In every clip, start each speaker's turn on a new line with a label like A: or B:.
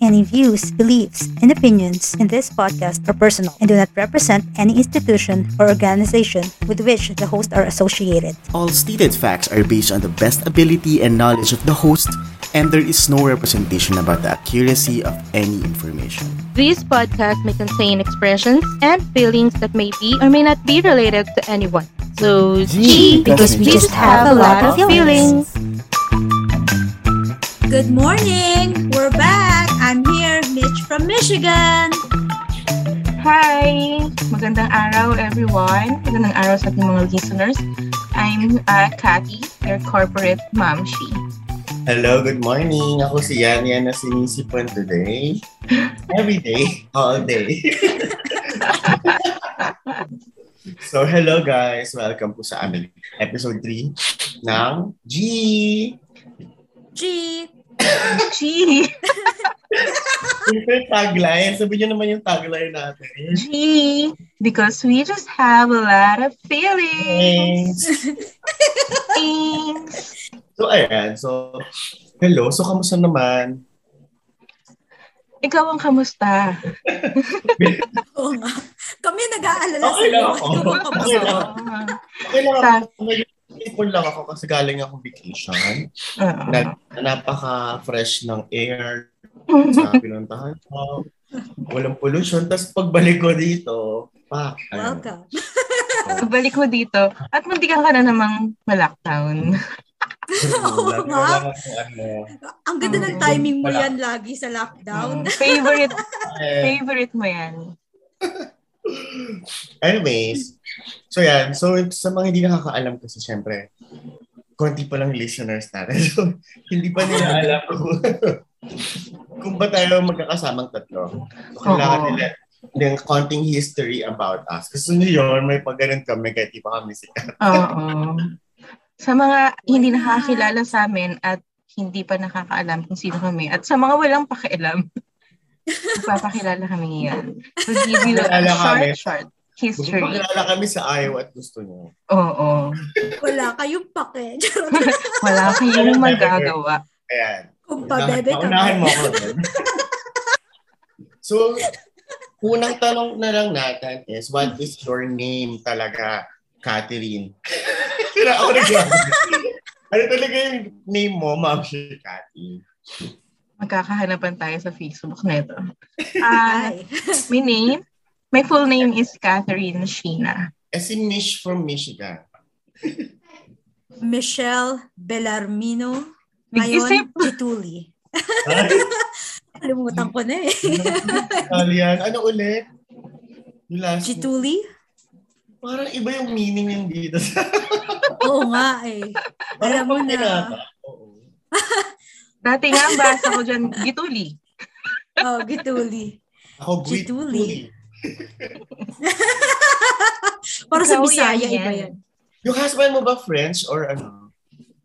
A: Any views, beliefs, and opinions in this podcast are personal and do not represent any institution or organization with which the hosts are associated.
B: All stated facts are based on the best ability and knowledge of the host, and there is no representation about the accuracy of any information.
C: This podcast may contain expressions and feelings that may be or may not be related to anyone. So,
B: Gee,
C: G, because we just have a lot of feelings.
D: Good morning! We're back! I'm here, Mitch from Michigan!
E: Hi! Magandang araw, everyone. Magandang araw sa ating mga listeners. I'm uh, Kathy, your corporate mamshi.
F: Hello, good morning. Ako si Yania na sinisipan today. Every day, all day. so, hello guys. Welcome po sa amin. Episode 3 ng G.
D: G!
E: G!
F: Siyempre, tagline. Sabi niyo naman yung tagline natin.
E: G! Because we just have a lot of feelings. Feelings.
F: So, ayan. So, hello. So, kamusta naman?
E: Ikaw ang kamusta?
D: Oo nga. Kami nag-aalala
F: Okay lang
D: sa'yo.
F: ako.
D: Ikaw ang kamusta?
E: Ah,
F: Kailangan ko ngayon lang ako kasi galing akong vacation.
E: ah.
F: Na, napaka-fresh ng air, sa pinuntahan ko. Walang pollution. Tapos pagbalik ko dito, pa, ano,
D: Welcome.
E: Balik mo dito. At muntikan ka na namang ma-lockdown.
F: wala,
D: Oo nga.
F: wala akong ano.
D: Ang ganda ng
E: Mm,
D: timing mo
F: wala. Mm.
D: yan lagi sa lockdown.
E: Favorite,
F: Eh,
E: favorite mo yan.
F: anyways, so yan. So sa mga hindi nakakaalam kasi syempre, konti pa lang listeners natin. So, hindi pa nila alam kung, kung ba tayo magkakasamang tatlo. So, kailangan
E: Oo.
F: nila ng konting history about us. Gusto niyo yun, may pag ganun kami kahit di pa kami sikat.
E: Oo. Sa mga hindi nakakilala sa amin at hindi pa nakakaalam kung sino kami at sa mga walang pakialam, magpapakilala kami ngayon. We'll give you a
F: Kilala kami.
E: short, short history.
F: Magpapakilala kami sa ayaw at gusto niyo.
E: Oo.
D: Wala kayong pake. Charot.
E: Wala kayong magagawa.
F: Ayan.
D: Kung pabebe ka.
F: Unahan mo ako. Ben. so, unang tanong na lang natin is, what is your name talaga, Catherine? Kira ako nagsabi. Ano talaga yung name mo, Ma'am si Cathy?
E: Magkakahanapan tayo sa Facebook neto. Ah,
D: Ay.
E: my name, my full name is Catherine Sheena.
F: Eh, si Mish from Michigan.
D: Michelle Bellarmino.
E: Nag-isip.
D: Ngayon, Tituli. Kalimutan ko na eh.
F: Mm. Italian. Ano ulit? Yung last name.
D: Gituli?
F: Parang iba yung meaning yung dito.
D: Oo nga eh. Alam
F: Parang
D: mo
F: pang
D: na.
F: tinata. Oo.
E: Dati nga ang basa ko dyan, Gituli.
D: Oh, Gituli.
F: Ako, Gwit.
D: Gituli. Para sa
E: Ikaw
D: Bisaya,
E: yan,
D: iba
E: yan.
D: yan.
F: Yung husband mo ba French or ano?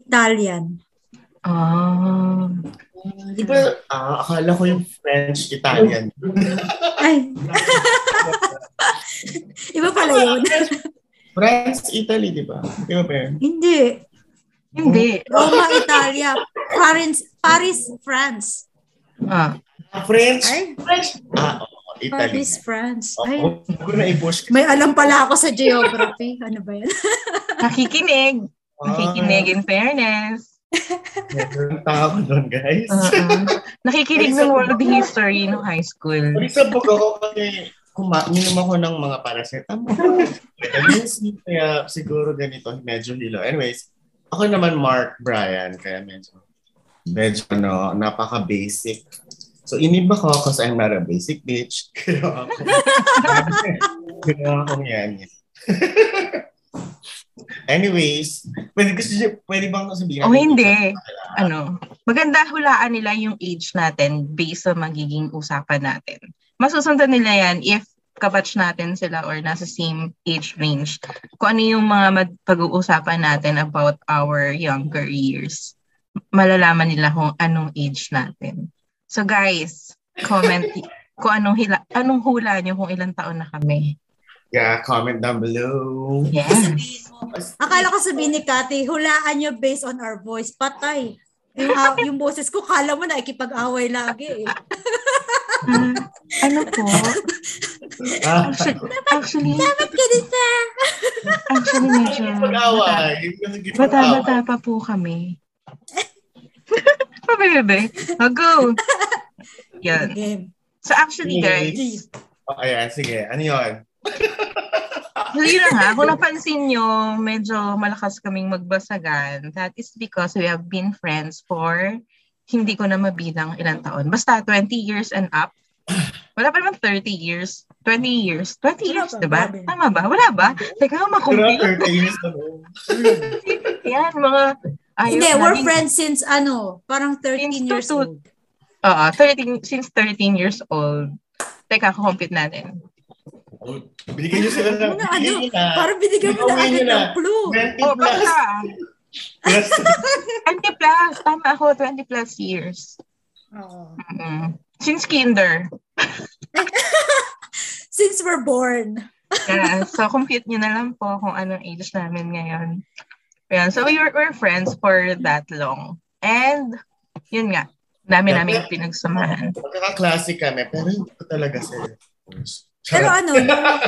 D: Italian.
E: Oh.
D: Uh,
F: Di ba, ah, akala ko yung French-Italian.
D: Ay. iba pala yun.
F: France-Italy, di ba? Di ba, Ben?
D: Hindi.
E: Hindi.
D: Roma, Italia. Paris, Paris, France.
E: Ah.
F: French?
D: Ay,
F: French? Ah, oo. Italy.
D: Paris, France. Ay.
F: Oo. Huwag ko na i-push.
D: May alam pala ako sa geography. Ano ba yan?
E: Nakikinig.
F: Ah,
E: Nakikinig in fairness.
F: meron tao doon, guys.
D: Ah.
E: Oo. Nakikinig ng world history no high school.
F: Pagsabog ako kasi kuma- minum ako ng mga paracetamol. Vitamin C, kaya siguro ganito, medyo hilo. Anyways, ako naman Mark Bryan, kaya medyo, medyo ano, napaka-basic. So, iniba ko because I'm not a basic bitch. Kaya ako, kaya akong yan. Anyways, pwede, gusto niyo, pwede bang sabihin?
E: O Oh, hindi. Ano, maganda hulaan nila yung age natin based sa magiging usapan natin. Masusundan nila yan if kabatch natin sila or nasa same age range. Kung ano yung mga mag- pag-uusapan natin about our younger years. Malalaman nila kung anong age natin. So guys, comment kung anong hila anong hula niyo kung ilang taon na kami.
F: Yeah, comment down below.
E: Yes.
D: Akala ko sabihin ni Kati, hulaan nyo based on our voice. Patay. Yung, yung boses ko, kala mo na ikipag-away lagi eh.
E: Ah, ano po?
F: Ah,
E: Actually, actually,
D: Dapat ganito.
E: actually medyo... bata-
F: pag-away.
E: Bata-bata pa po kami. Pabebe. Oh, go! Yan.
D: Game.
E: So actually, guys,
F: Oh, ayan, sige. Ano yun?
E: So yun na nga, kung napansin nyo, medyo malakas kaming magbasagan. That is because we have been friends for, hindi ko na mabilang ilang taon. Basta 20 years and up. Wala pa naman 30 years. 20 years. 20
D: Wala
E: years,
D: pa,
E: diba?
D: grabe.
E: Tama ba? Wala ba? Teka,
F: Pero
E: makumpit.
F: 30 years ano? na no?
E: Yan, mga... Ayaw
D: Hindi, we're
E: naming-
D: friends since ano, parang 13
E: Since
D: years
E: two-
D: old.
E: Oo, 13, since 13 years old. Teka, kukumpit natin.
F: Binigyan nyo sila ng...
D: Ano, ano,
F: Binigyan nyo na.
D: parang binigyan mo na
F: Away
D: agad
F: nyo na.
D: ng clue.
F: 20
E: Oh,
F: plus.
E: basta.
F: plus.
E: 20 plus. Tama ako, 20 plus years.
D: Oo.
E: Mm-mm. Since kinder.
D: Since we're born.
E: Yeah, so compute nyo na lang po kung anong age namin ngayon. Ayan, so we were, we're friends for that long. And, yun nga, dami namin pinagsamahan.
F: Magkaka-classic kami, pero hindi ko talaga sila.
D: Pero ano, nung-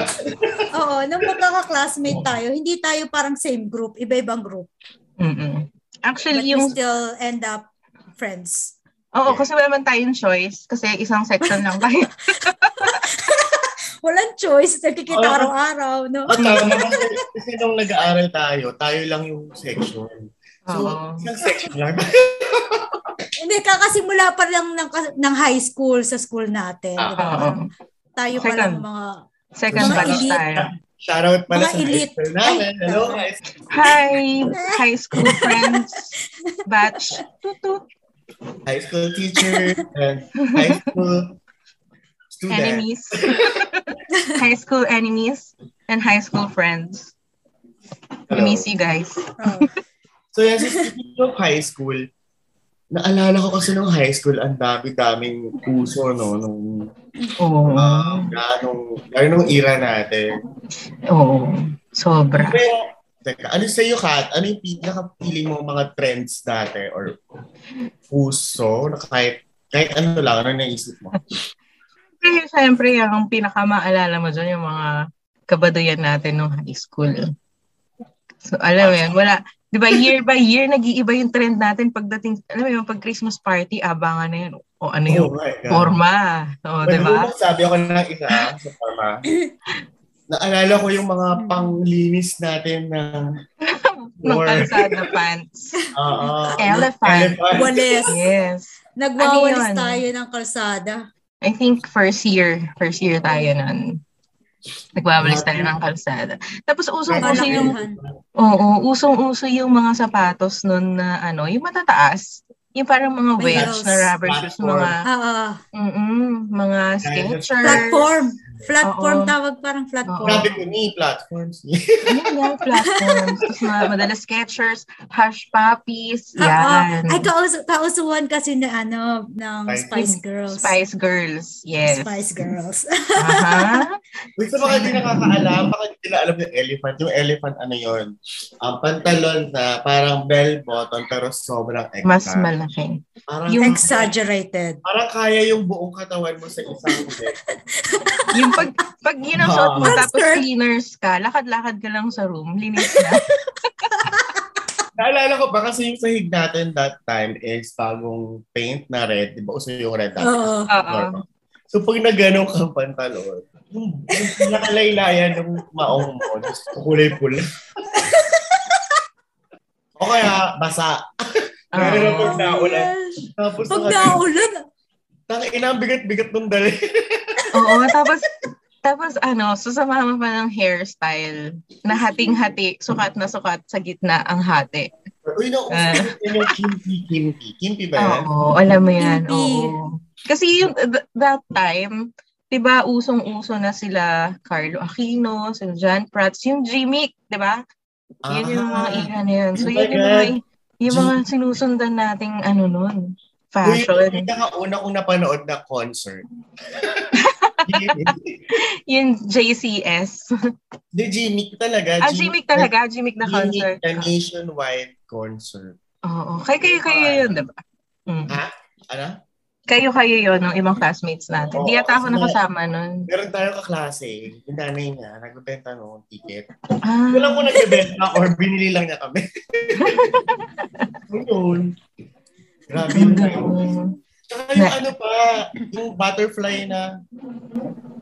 D: oo, nung magkaka-classmate tayo, hindi tayo parang same group, iba-ibang group.
E: Mm-mm.
D: But
E: Actually,
D: we
E: yung,
D: still end up friends.
E: oo, kasi wala man tayong choice kasi isang section lang tayo.
D: Walang choice,
E: Oh.
D: nagkikita
F: Oo.
D: araw-araw, no?
F: Ang tama naman, kasi nung nag-aaral tayo, tayo lang yung section. So,
E: Oo.
F: isang section lang.
D: Hindi, kakasimula pa lang ng, ng high school sa school natin. di ba?
E: Oo.
D: Parang Tayo pa
E: Ah, Second.
D: lang mga...
E: Second
D: Mga
E: batch
D: elite.
E: tayo.
F: Shoutout pala sa
D: Mga
F: high
D: elite.
F: school namin.
D: Ay,
F: Hello,
D: tama.
F: high school.
E: Hi, high school friends, batch, tutut,
F: high school teacher and high school student.
E: enemies, high school enemies, and high school friends. I
F: Hello.
E: miss you guys.
D: Oh.
F: So yes, speaking of high school, naalala ko kasi nung high school, ang dami-daming uso, no? Nung,
E: Oo.
F: uh, ganong, ganong nung era natin.
E: Oo. Sobra.
F: Pero, teka, ano sa'yo, Kat? Ano yung pinaka-feeling mo mga trends dati or uso na kahit, kahit ano lang, ano naisip mo?
E: Pero siyempre, ang pinakamaalala mo dyan, yung mga kabaduyan natin nung high school. eh. So, alam mo yan, wala. Di ba, year by year, nag-iiba yung trend natin pagdating, alam mo yun, pag Christmas party, abangan na yun. O ano yung
F: Oh my God.
E: forma. diba? O, di
F: Pwede
E: ba?
F: mo sabi ako ng isa sa forma. Naalala ko yung mga panglinis natin ng
E: Ng
F: Or-
E: kalsada pants.
F: Oo.
E: Elephant.
D: Walis.
E: Yes.
D: Nagwawalis
E: Ano yun?
D: tayo ng kalsada.
E: I think first year, first year tayo nun. Nagbabalis tayo ng kalsada. Tapos usong-uso
F: Malaki.
E: yung Oo, usong-uso yung mga sapatos nun na ano, yung matataas. Yung parang mga
D: May
E: wedge
D: heels.
E: na rubber shoes,
F: Platform.
E: mga,
D: Ah, ah.
E: mm mga sketchers.
D: platform.
E: Oo.
D: Platform, tawag parang platform.
F: Grabe ko ni platforms.
E: Yan, yan, platforms. Tapos mga madalas sketchers, hush puppies,
D: Oo.
E: yan.
D: Ah, Ay, kauso, kausuan kasi na ano, ng
F: Spice-
D: Spice Girls.
E: Spice Girls, yes. Uh-huh.
D: Spice Girls.
E: Aha.
F: Wait, sa mga hindi nakakaalam, baka hindi nila alam yung elephant. Yung elephant, ano yun? Ang pantalon na parang bell button pero sobrang extra.
E: Mas malaki.
F: Parang,
E: Yung-
D: Exaggerated.
F: parang kaya yung buong katawan mo sa isang bell.
E: Yung pag, pag yun ang suot mo,
D: Parang
E: tapos
D: skirt.
E: cleaners ka, lakad-lakad ka lang sa room, linis na.
F: Naalala ko ba kasi yung sahig natin that time is bagong paint na red. Di ba uso yung red dati?
D: Oo.
E: Oo.
F: So pag nagano kang pantalon, yung yung nakalaylayan ng maong mo, just kulay pula. o kaya, basa. Pero
E: Oo.
F: pag naulan, tapos
D: Oh, Pag
F: naka-
D: naulan,
F: Tang ina, ang bigat-bigat nung dali.
E: Oo, tapos, tapos ano, susama mo pa ng hairstyle na hating-hati, sukat na sukat sa gitna ang hati.
F: Uy, nauso
E: Ah.
F: yun yung kimpi, kimpi. Kimpi ba yan?
E: Oo, alam mo yan.
D: Hindi.
E: Oo. Kasi yung, th- that time, 'di ba usong-uso na sila Carlo Aquino, sila John Prats, yung Jimmick, 'di ba? Yun yung mga
F: Ah.
E: ira na yun. So
F: Oh my
E: yun yung mga,
F: God.
E: yung mga sinusundan nating ano nun,
F: Uy, yung
E: fashion.
F: pinakauna kong napanood na concert.
E: Yung JCS.
F: Hindi, Jimmy talaga.
E: Ah, Jimmick talaga, Jimmick na concert.
F: The nationwide concert.
E: Oo, kay kayo kayo yun, 'di ba? Mm.
F: Ha? Ano?
E: Kayo-kayo yon ng ibang classmates natin. Di
F: Oo,
E: ata ako
F: kasi-
E: nakasama nun.
F: Meron tayo kaklase, yung nanay niya, nagbebenta ng ticket.
E: Ah,
F: Wala ko nagbebenta or binili lang niya kami. Yun. Grabe yun.
E: ganun.
F: Tsaka yung
E: Na-
F: ano pa, yung butterfly na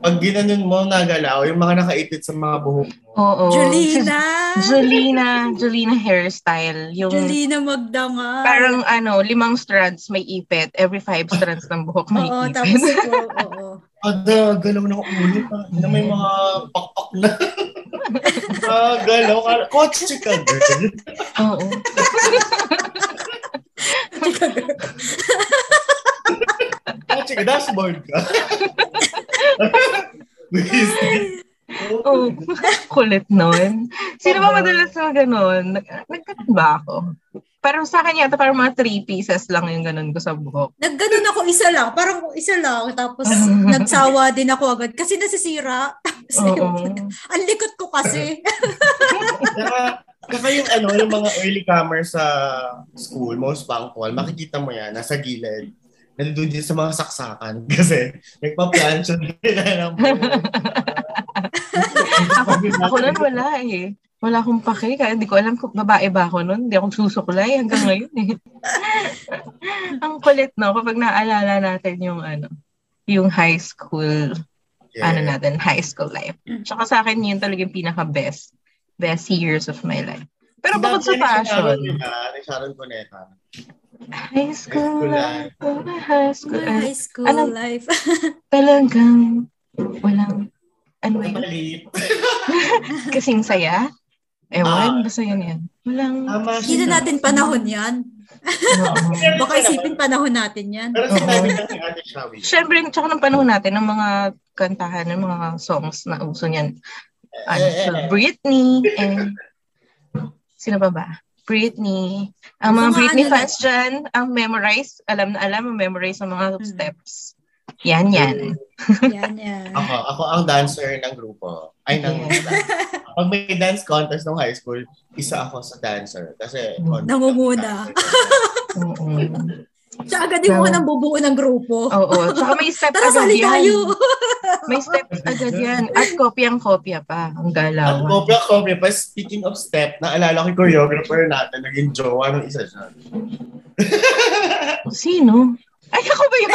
F: pag ginanon mo, nagalaw, yung mga nakaipit sa mga buhok mo.
E: Oo.
D: Julina!
E: Julina, Julina hairstyle. Yung
D: Julina magdama.
E: parang ano, limang strands may ipit. Every five strands ng buhok may
D: Oo,
E: ipit.
D: tapos ito, oo.
F: Ada, galaw ng ulo pa. Na may mga pakpak na. ah, galaw ka. Kotse ka, girl.
E: Oo.
F: Kotse ka, dashboard ka. Wisdom.
E: Oo.
F: Oh.
E: Kulit nun. Sino ba madalas na ganun? Nag- Nagkaroon ba ako? Parang sa akin yata, parang mga three pieces lang yung ganun ko sa buhok.
D: Nagganon ako isa lang. Parang isa lang. Tapos nagsawa din ako agad. Kasi nasisira. Tapos,
E: Oo.
D: ang likot ko kasi.
F: Saka, saka yung ano, yung mga early comer sa school, most punctual, makikita mo yan, nasa gilid. Nandun din sa mga saksakan kasi nagpa-plancho nila ng
E: ako, ako nun wala eh. Wala akong pake. Kaya hindi ko alam kung babae ba ako nun. Hindi akong susuklay hanggang ngayon eh. Ang kulit no, kapag naalala natin yung ano, yung high school, ano natin, high school life. Tsaka sa akin yun talaga yung pinaka-best. Best years of my life. Pero bukod sa fashion,
F: Ni Sharon Cuneta.
E: high school life, oh, high school
D: My
E: life,
D: high school
E: Ano?
D: life.
E: talagang walang, ano
F: Ay,
E: yun,
F: mali.
E: kasing saya.
F: Ah.
E: Ewan, basta yun yan. Walang,
F: Tama
D: Hindi na natin panahon yan.
E: Oo.
D: Baka
E: Ano?
D: isipin panahon natin yan.
F: Pero sinabi lang ni Ate Shawi.
E: Siyempre, tsaka ng panahon natin, ng mga kantahan, ng mga songs na uso niyan. Ano, so Britney, and sino pa ba? Britney. Ang mga
D: Mga
E: Britney
D: ano
E: fans dyan, ang memorize, alam na alam, ang memorize ng mga
D: Hmm.
E: steps. Yan, yan.
D: Yan, yan.
F: Ako, ako ang dancer ng grupo. Ay, ng... Pag may dance contest ng high school, isa ako sa dancer. Kasi...
E: Hmm.
D: Nangunguna.
E: Oo.
D: Siya agad yung unang bubuo ng grupo.
E: Oo. Tsaka may step
D: Tara,
E: agad
D: sali
E: yan.
D: tayo.
E: May steps agad yan. At kopyang-kopya pa. Ang
F: At
E: galaw.
F: Cobra Cobra, pa speaking of step, naalala ko yung choreographer natin, naging jowa ng isa siya.
E: Sino? Ay, ako ba yun?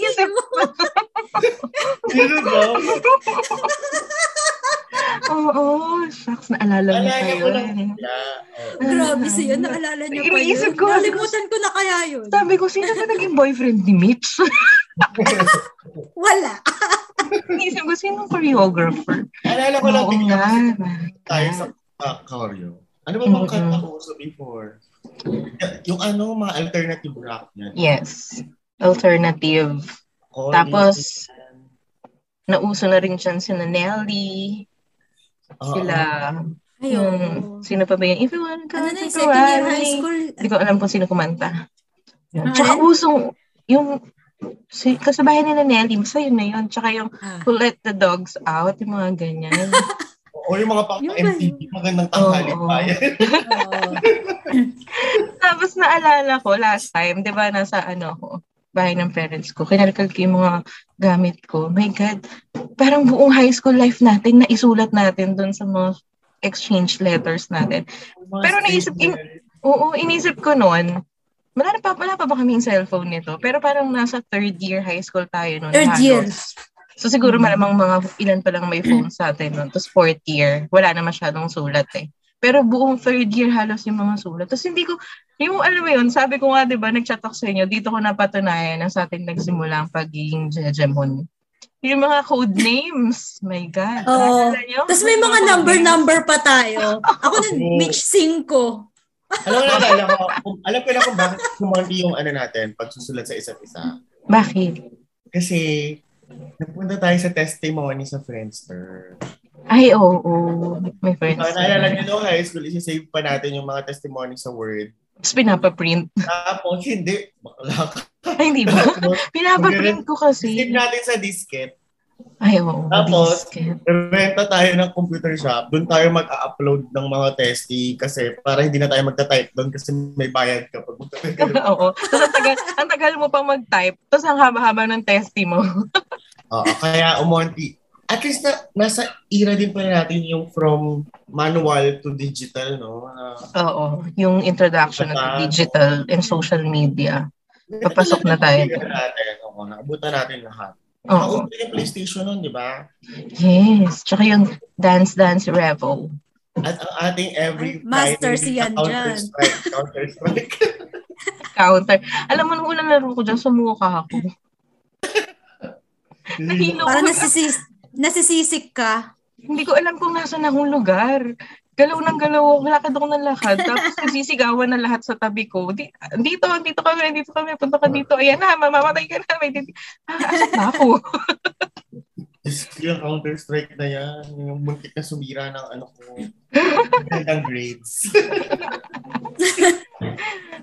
E: Isip ko.
F: Sino ba?
E: Oo, shucks, naalala mo
F: Alala
E: kayo.
F: ko lang siya. Oh. Oo.
D: Grabe siya. Naalala niya pa yun.
E: Iniisip ko.
D: Nalimutan ko na kaya yun.
E: Sabi ko, sino ba naging boyfriend ni Mitch?
D: Wala.
E: Iniisip ko, sino ang choreographer?
F: Alala ko lang
E: Oo
F: bigla
E: nga.
F: tayo sa uh, choreo. Ano ba bang
E: Mm-mm.
F: kanta ko sa before? Y- Yung ano, mga alternative rock niya.
E: Yes. Alternative.
F: Ako,
E: Tapos, Nauso na rin siya sina Nelly,
F: Oo.
E: sila,
D: Ayun.
E: yung, sino pa ba yun? If you want to come
D: Ano na yung
E: to
D: second year
E: Hawaii.
D: high school?
E: Hindi ko alam kung sino kumanta. Yun.
D: Ah,
E: Tsaka
D: yun?
E: usong, yung, si, kasabayan nila Nelly, basta yun na yun. Tsaka yung,
D: Ah.
E: who let the dogs out, yung mga ganyan.
F: Oo, yung mga pang
D: Yung
F: MTV, magandang tanghali
E: Oo.
F: pa. yan.
D: Oo.
E: Tapos naalala ko last time, di ba, nasa ano ko, bahay ng parents ko, kinalkal ko yung mga gamit ko. My God, parang buong high school life natin, naisulat natin dun sa mga exchange letters natin.
F: Mga
E: Pero naisip-
F: statement.
E: Oo, inisip ko noon, wala, na pa, wala pa ba kaming cellphone nito? Pero parang nasa third year high school tayo noon. halos.
D: Third year.
E: So siguro
D: Mm-hmm.
E: malamang mga ilan pa lang may phone sa atin noon. Tapos fourth year, wala na masyadong sulat eh. Pero buong third year halos yung mga sulat. Tapos hindi ko, yung alam mo yun, sabi ko nga, di ba, nag-chat ako sa inyo, dito ko napatunayan na sa atin nagsimula ang pagiging hegemon. Yung mga code names, my God.
D: Oo.
E: Naalala nyo?
D: Tapos may mga
E: Code names.
D: number-number pa tayo. Ako nun, Mitch 5.
F: Alam ko na, alam ko, kung- alam ko na kung bakit kumonti yung ano natin, pagsusulat sa isa't isa.
E: Bakit?
F: Kasi, nagpunta tayo sa testimony sa Friendster.
E: Ay, oo. May friends.
F: Diba, naalala nyo no, high school, isisave pa natin yung mga testimony sa Word.
E: Tapos pinapaprint.
F: Tapos, hindi. Bakla ka.
E: Ay, hindi ba?
F: Tapos,
E: Pinapaprint ko kasi.
F: Save natin sa diskette.
E: Ay, oo.
F: Tapos,
E: biscuit.
F: Renta tayo ng computer shop. Doon tayo mag-upload ng mga testing kasi para hindi na tayo magta-type doon kasi may bayad ka pag magta-type ka doon.
E: oo. Tapos ang tagal, ang tagal mo pang mag-type. Tapos ang haba-haba ng testi mo.
F: Oo, kaya umonti. At least na, nasa era din pala natin yung from manual to digital, no? Ah,
E: oo. Yung introduction
F: Saka-
E: ng digital and social media. Papasok na tayo.
F: Nakabutan Natin. Oo, nakabutan natin lahat.
E: Oo.
F: Nakaupo yung PlayStation nun, di ba?
E: Yes. Tsaka yung Dance Dance Revo.
F: At ang ating every
D: Ay, masters
F: Friday,
D: yan
F: Counter-Strike, Counter-Strike.
E: Counter. Alam mo, nung unang laro ko dyan, sumuka ako. Nahilo
D: Parang
E: ako.
D: nasisis, nasisisik ka.
E: Hindi ko alam kung nasaan akong lugar. Galaw ng galaw ako, lakad ako ng lakad. Tapos nagsisigawan na lahat sa tabi ko. Di, dito, dito kami, dito kami, punta ka dito. Ayan na, mamamatay ka na. May dito. Ah, asan ba ako?
F: Diyos ko, yung Counter-Strike na yan. Yung muntik na sumira ng ano ko. ng grades.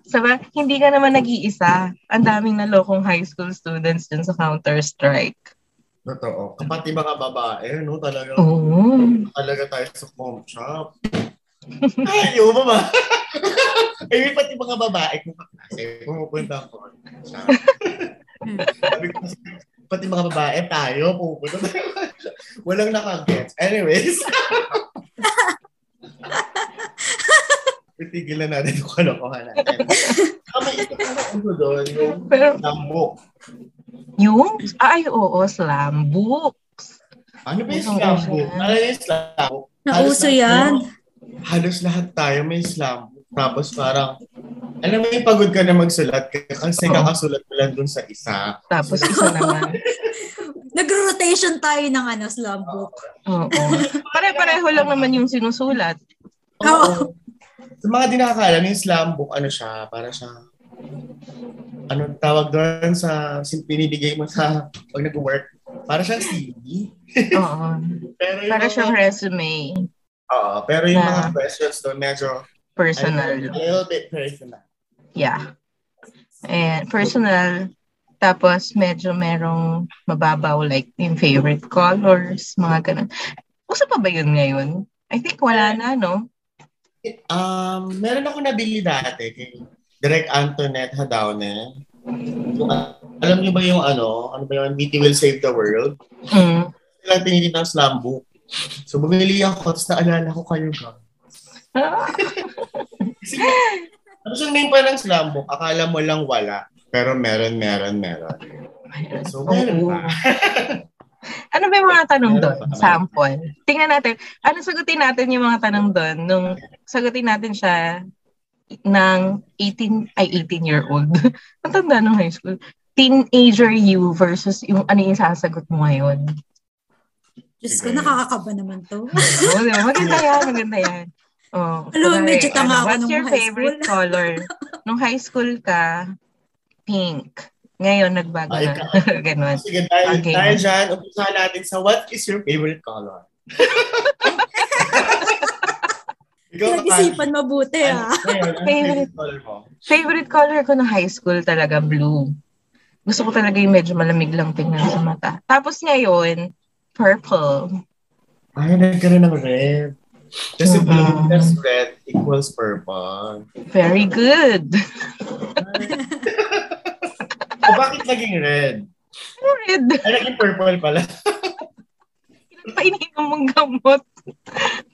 E: Sabi, hindi ka naman nag-iisa. Ang daming nalokong high school students dun sa Counter-Strike.
F: Totoo. Kapati mga babae, no? Talaga,
E: Oo.
F: talaga tayo sa com shop. Ay, yung ba? Ay, may pati mga babae kung kaklase. Pumupunta ang com shop. Sabi ko, pati mga babae tayo, pupunta tayo. Walang nakagets. Anyways. Pitigilan natin yung kalokohan natin. Kami ito pa na ulo doon, yung
E: Pero
F: lambok.
E: yung, ay oo, slam books.
F: Ano ba yung
E: Oo,
F: slam book?
E: slam.
F: Ano yung slam book? Halos
D: Nauso
F: lahat-
D: yan.
F: Halos lahat tayo may slam book. Tapos parang, alam mo yung pagod ka na magsulat ka kasi
E: Oo.
F: kakasulat mo lang dun sa isa.
E: Tapos isa naman.
D: Nag-rotation tayo ng ano, slum book.
E: Oo. Pare-pareho lang naman yung sinusulat.
D: Oo.
F: Sa mga di nakakaalam, yung slam book, ano siya, para siya, anong tawag doon sa sin- pinibigay mo sa pag nag-work? Para siyang CV.
E: Oo.
F: Pero yung,
E: Para siyang
F: mga,
E: resume.
F: Oo, pero yung mga
E: Yeah.
F: questions doon, medyo
E: Personal.
F: a little bit personal.
E: Yeah. And personal. Tapos medyo merong mababaw like yung favorite colors, mga ganun. Uso pa ba yun ngayon? I think wala na, no?
F: Um, meron ako nabili dati kay Direk Antoinette Hadaone. Yung, ah, alam niyo ba yung ano? Ano ba yun? BT Will Save the World?
E: Mm.
F: Sila tinili ng slam book. So bumili ako, tapos naalala ko kayo ka.
E: Ah,
F: Tapos yung Ano name pa ng slam book, akala mo lang wala. Pero meron, meron, meron.
E: meron.
F: So
E: Oo.
F: meron pa.
E: Ano ba yung mga tanong
F: Meron
E: doon?
F: pa naman.
E: Sample. Tingnan natin. Ano sagutin natin yung mga tanong doon? Nung sagutin natin siya ng 18, ay 18-year-old. Ang tanda nung high school. Teenager you versus yung ano yung sasagot mo ngayon.
D: Diyos
F: Sige.
D: ko, nakakakaba naman to.
E: Oo, Oh, di ba? maganda yan, maganda yan. Oh,
D: Alam mo,
E: kunwari,
D: medyo tanga ako
E: what's
D: nung
E: your
D: high
E: favorite color? Nung high school ka, pink. Ngayon, nagbago
F: Ay,
E: na. Ganon.
F: Sige, dahil,
E: Okay.
F: dahil dyan, umpisahan natin sa what is your favorite color? Ikaw,
D: Nag-isipan mabuti
F: Ano
D: ah.
F: yun? Ano favorite color mo?
E: Favorite color ko nung high school talaga, blue. Gusto ko talaga yung medyo malamig lang tingnan sa mata. Tapos ngayon, purple.
F: Ay, nagkaroon ng red. Kasi
E: Mhm.
F: blue plus red equals purple.
E: Very good.
F: O bakit naging red?
E: Red.
F: Ay, naging purple pala.
E: Paininom mong gamot.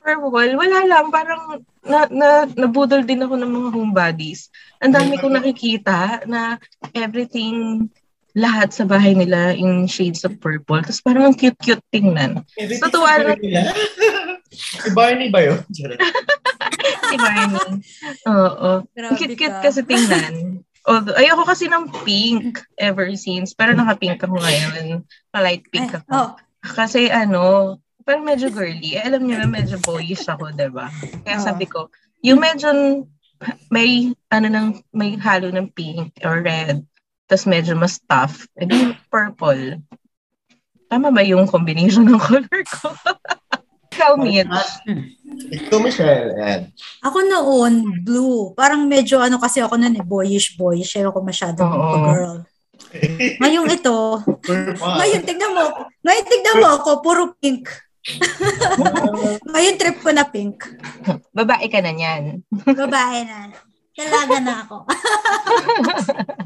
E: Purple. Wala lang. Parang na, na, nabudol din ako ng mga homebodies. Ang dami kong nakikita na everything, lahat sa bahay nila in shades of purple. Tapos parang ang cute-cute tingnan.
F: Everything
E: Totoo,
F: sa
E: ano?
F: color nila. si Barney ba yun? Charot.
E: Si Barney. Oo. Ang
D: Grabe
E: cute-cute
D: ka.
E: kasi tingnan. Although, ayoko kasi ng pink ever since. Pero naka-pink ako ngayon. Light
D: Ay,
E: pink ako.
D: oh,
E: Kasi ano, parang medyo girly. Eh, Alam niyo na medyo boyish ako, 'di ba? Kaya
D: Oh.
A: Oo.
E: sabi ko, yung medyo n- may ano ng may halo ng pink or red, tapos medyo mas tough, eh di purple. Tama ba yung combination ng color ko? Ikaw, Mitch.
F: Ikaw, Michelle. Ayan.
D: Ako noon, blue. Parang medyo ano kasi ako noon eh, boyish-boyish. Ayaw ko masyadong
E: Oo.
D: girl. Ngayong ito,
F: Super pa.
D: ngayon tignan mo, ngayon tignan mo ako, puro pink. ngayon trip ko na pink.
E: Babae ka na niyan.
D: Babae na. Dalaga na ako.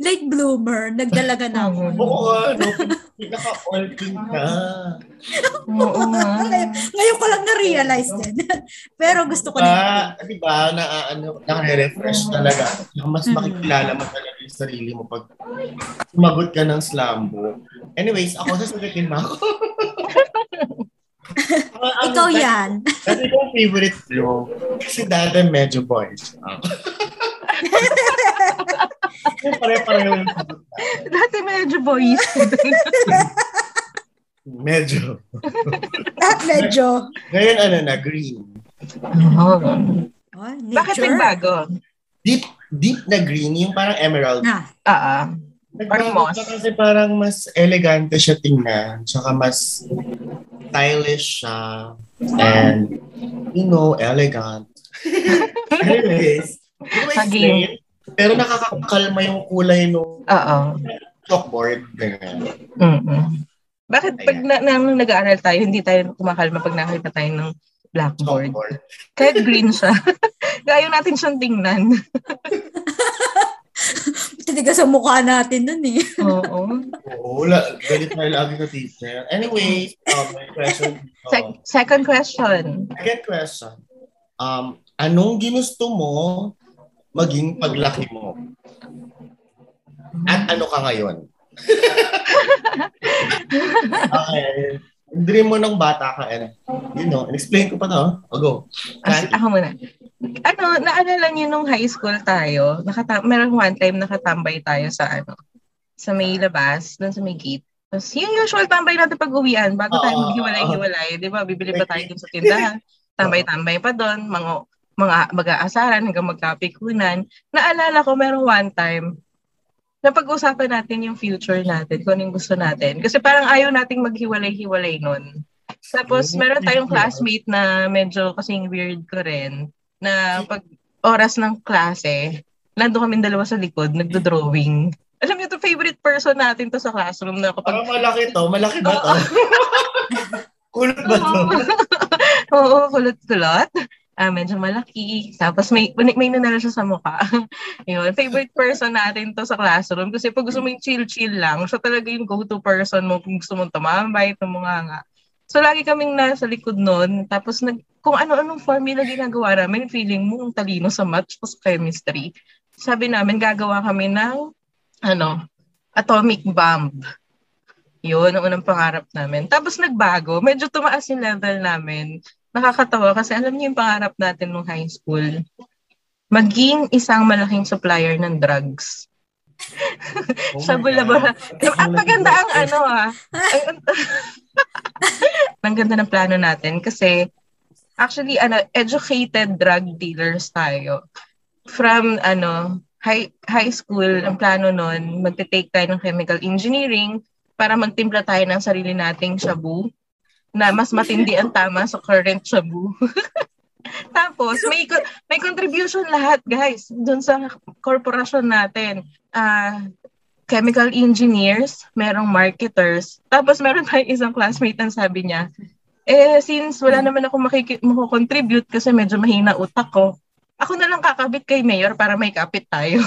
D: Late bloomer, nagdalaga na ako.
F: Oo, ano, pinaka-all pink na.
E: Oo nga.
D: ngayon, ngayon ko lang na-realize din. Pero gusto ko na.
F: Diba, diba, na, ano, nakare-refresh talaga. Mas
D: Mm-hmm.
F: makikilala mo talaga yung sarili mo pag sumagot ka ng slambo. Anyways, ako sasagutin mo ako. Ah, Ang- ang-
D: Ikaw yan.
F: Dati kong favorite flow. Kasi dati medyo boys. Ah. Yung pare-pareho yung sagot natin.
E: Dati medyo boys.
F: Medyo.
D: Ah, medyo.
F: Ngayon ano na, green.
E: Oo.
D: Oh,
E: Bakit
D: nature.
E: nagbago?
F: Deep, deep na green, yung parang emerald.
D: Ah,
E: Oo.
F: Nagbago
E: moss.
F: siya kasi parang mas elegante siya tingnan. Tsaka mas stylish siya. And, you know, elegant. Anyways, hindi ko ma-explain. Pero nakakakalma yung kulay ng
E: Oo.
F: chalkboard. Ganyan.
E: Mm-mm. Bakit pag na, na, nung nag-aaral tayo, hindi tayo kumakalma pag nakakita tayo ng blackboard?
F: Chalkboard.
E: Kahit green siya. Gayo natin siyang tingnan.
D: titigas sa mukha natin nun eh.
E: Oo.
F: Oo, la, galit na lagi sa teacher. Anyway, um, my question. um, dito.
E: Sec- second question.
F: second question. Um, anong ginusto mo maging paglaki mo? At ano ka ngayon? okay. Dream mo nung bata ka. And, you know, explain ko pa to. O go.
E: Ah, si-
F: Kat-
E: ako muna. Ano, naalala niyo nung high school tayo, nakata merong one time nakatambay tayo sa ano, sa may
F: Ah.
E: labas, dun sa may gate. Tapos yung usual tambay natin pag uwian, bago tayo
F: Oo,
E: maghiwalay-hiwalay, di ba? Bibili pa tayo dun sa tindahan, tambay-tambay pa dun, mga, mga mag-aasaran hanggang magkapikunan. Naalala ko, merong one time, napag-usapan natin yung future natin, kung anong gusto natin. Kasi parang ayaw nating maghiwalay-hiwalay nun. Tapos
F: Mm.
E: meron tayong classmate na medyo kasing weird ko rin, na pag oras ng klase, nando kami dalawa sa likod, nagdo-drawing. Alam niyo, to favorite person natin to sa classroom na kapag...
F: Parang malaki to. Malaki ba to? Kulot ba to?
E: Oo, kulot-kulot. Ah, medyo malaki. Tapos may, may nanalo siya sa mukha. Yun, favorite person natin to sa classroom. Kasi pag gusto mo yung chill-chill lang, siya talaga yung go-to person mo kung gusto mong tumambay, tumunganga. So, lagi kaming nasa likod nun. Tapos, nag, kung ano-anong formula ginagawa namin, feeling mo ang talino sa math o sa chemistry. Sabi namin, gagawa kami ng, ano, atomic bomb. Yun, ang unang pangarap namin. Tapos nagbago, medyo tumaas yung level namin. Nakakatawa kasi alam niyo yung pangarap natin nung high school. Maging isang malaking supplier ng drugs.
F: Oh my
E: Sa Bulabara.
F: God.
E: Ang maganda ang ano ah. Ang, ang ganda ng plano natin kasi actually ano, educated drug dealers tayo. From ano, high, high school, ang plano nun, magte-take tayo ng chemical engineering para magtimpla tayo ng sarili nating shabu na mas matindi ang tama sa current shabu. Tapos, may, co- may contribution lahat, guys, dun sa corporation natin. Ah, chemical engineers, merong marketers. Tapos, meron tayong isang classmate ang sabi niya, eh, since wala
F: Hmm.
E: naman ako makiki- makukontribute kasi medyo mahina utak ko, ako na lang kakabit kay Mayor para may kapit tayo.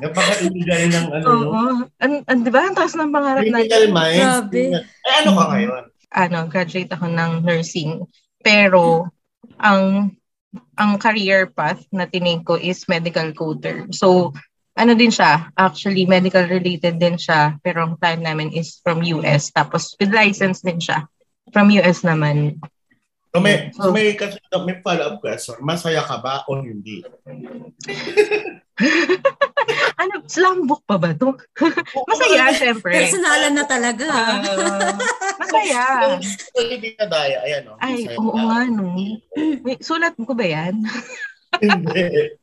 F: Napaka-ibigay ng ano. no?
E: Oo. An, an, di ba? Ang taas ng pangarap natin.
F: Critical minds.
D: Grabe.
F: Eh, ano ka ngayon?
E: ano, graduate ako ng nursing. Pero ang ang career path na tinig ko is medical coder. So, ano din siya, actually medical related din siya, pero ang time namin is from US. Tapos with license din siya. From US naman.
F: So may, so may, kasi- may follow-up question. Masaya ka ba o hindi?
E: Ano, slam book pa ba to? masaya, syempre.
D: Personalan na talaga.
E: Ah, masaya.
F: So, hindi ka daya. Ayan, oh.
E: Ay,
F: Masaya
E: oo
F: ka.
E: nga, no. Wait, Sulat ko ba yan?
F: Hindi.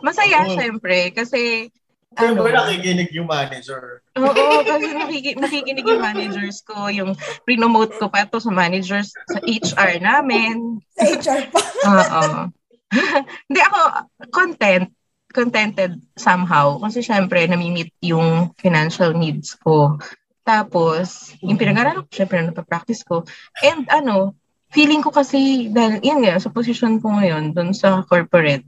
E: Masaya,
F: Oo.
E: syempre. Kasi, ano,
F: Siyempre, nakikinig yung manager.
E: Oo, kasi nakiki- nakikinig yung managers ko, yung prinomote ko pa to sa managers, sa HR namin.
D: Sa HR pa.
E: Oo. Hindi ako, content. contented somehow kasi syempre nami-meet yung financial needs ko. Tapos, yung pinag-aralan ko, syempre napapractice ko. And ano, feeling ko kasi, dahil yun nga, sa position ko ngayon, dun sa corporate,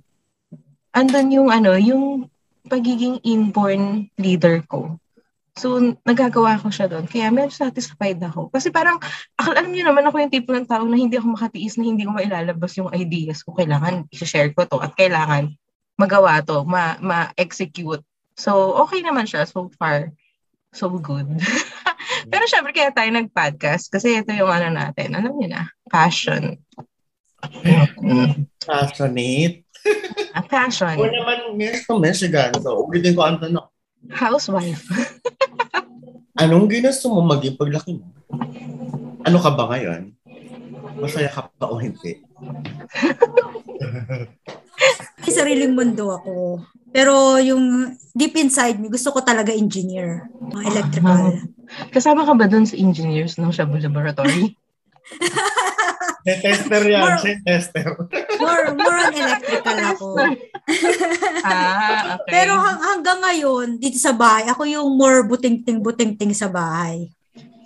E: andun yung ano, yung pagiging inborn leader ko. So, nagagawa ko siya doon. Kaya medyo satisfied ako. Kasi parang, akal, alam niyo naman ako yung tipo ng tao na hindi ako makatiis, na hindi ko mailalabas yung ideas ko. Kailangan, i-share ko to at kailangan magawa to, ma- ma-execute. So, okay naman siya so far. So good. Pero syempre, kaya tayo nag-podcast kasi ito yung ano natin. Alam niyo na, passion. Mm.
F: Passionate.
E: Ah, Passion.
F: Ako naman, miss ko Michigan. So, ulitin ko ang tanong.
E: Housewife.
F: Anong ginusto mo maging paglaki mo? Ano ka ba ngayon? Masaya ka pa o hindi?
D: May sariling mundo ako. Pero yung deep inside me, gusto ko talaga engineer. Mga electrical.
E: Kasama ka ba dun sa engineers ng Shabu Laboratory?
F: Eh, tester yan.
D: More-
F: Siya yung tester.
D: More, more on electrical ako.
E: ah, okay.
D: Pero hang, hanggang ngayon, dito sa bahay, ako yung more buting-ting-buting-ting sa bahay.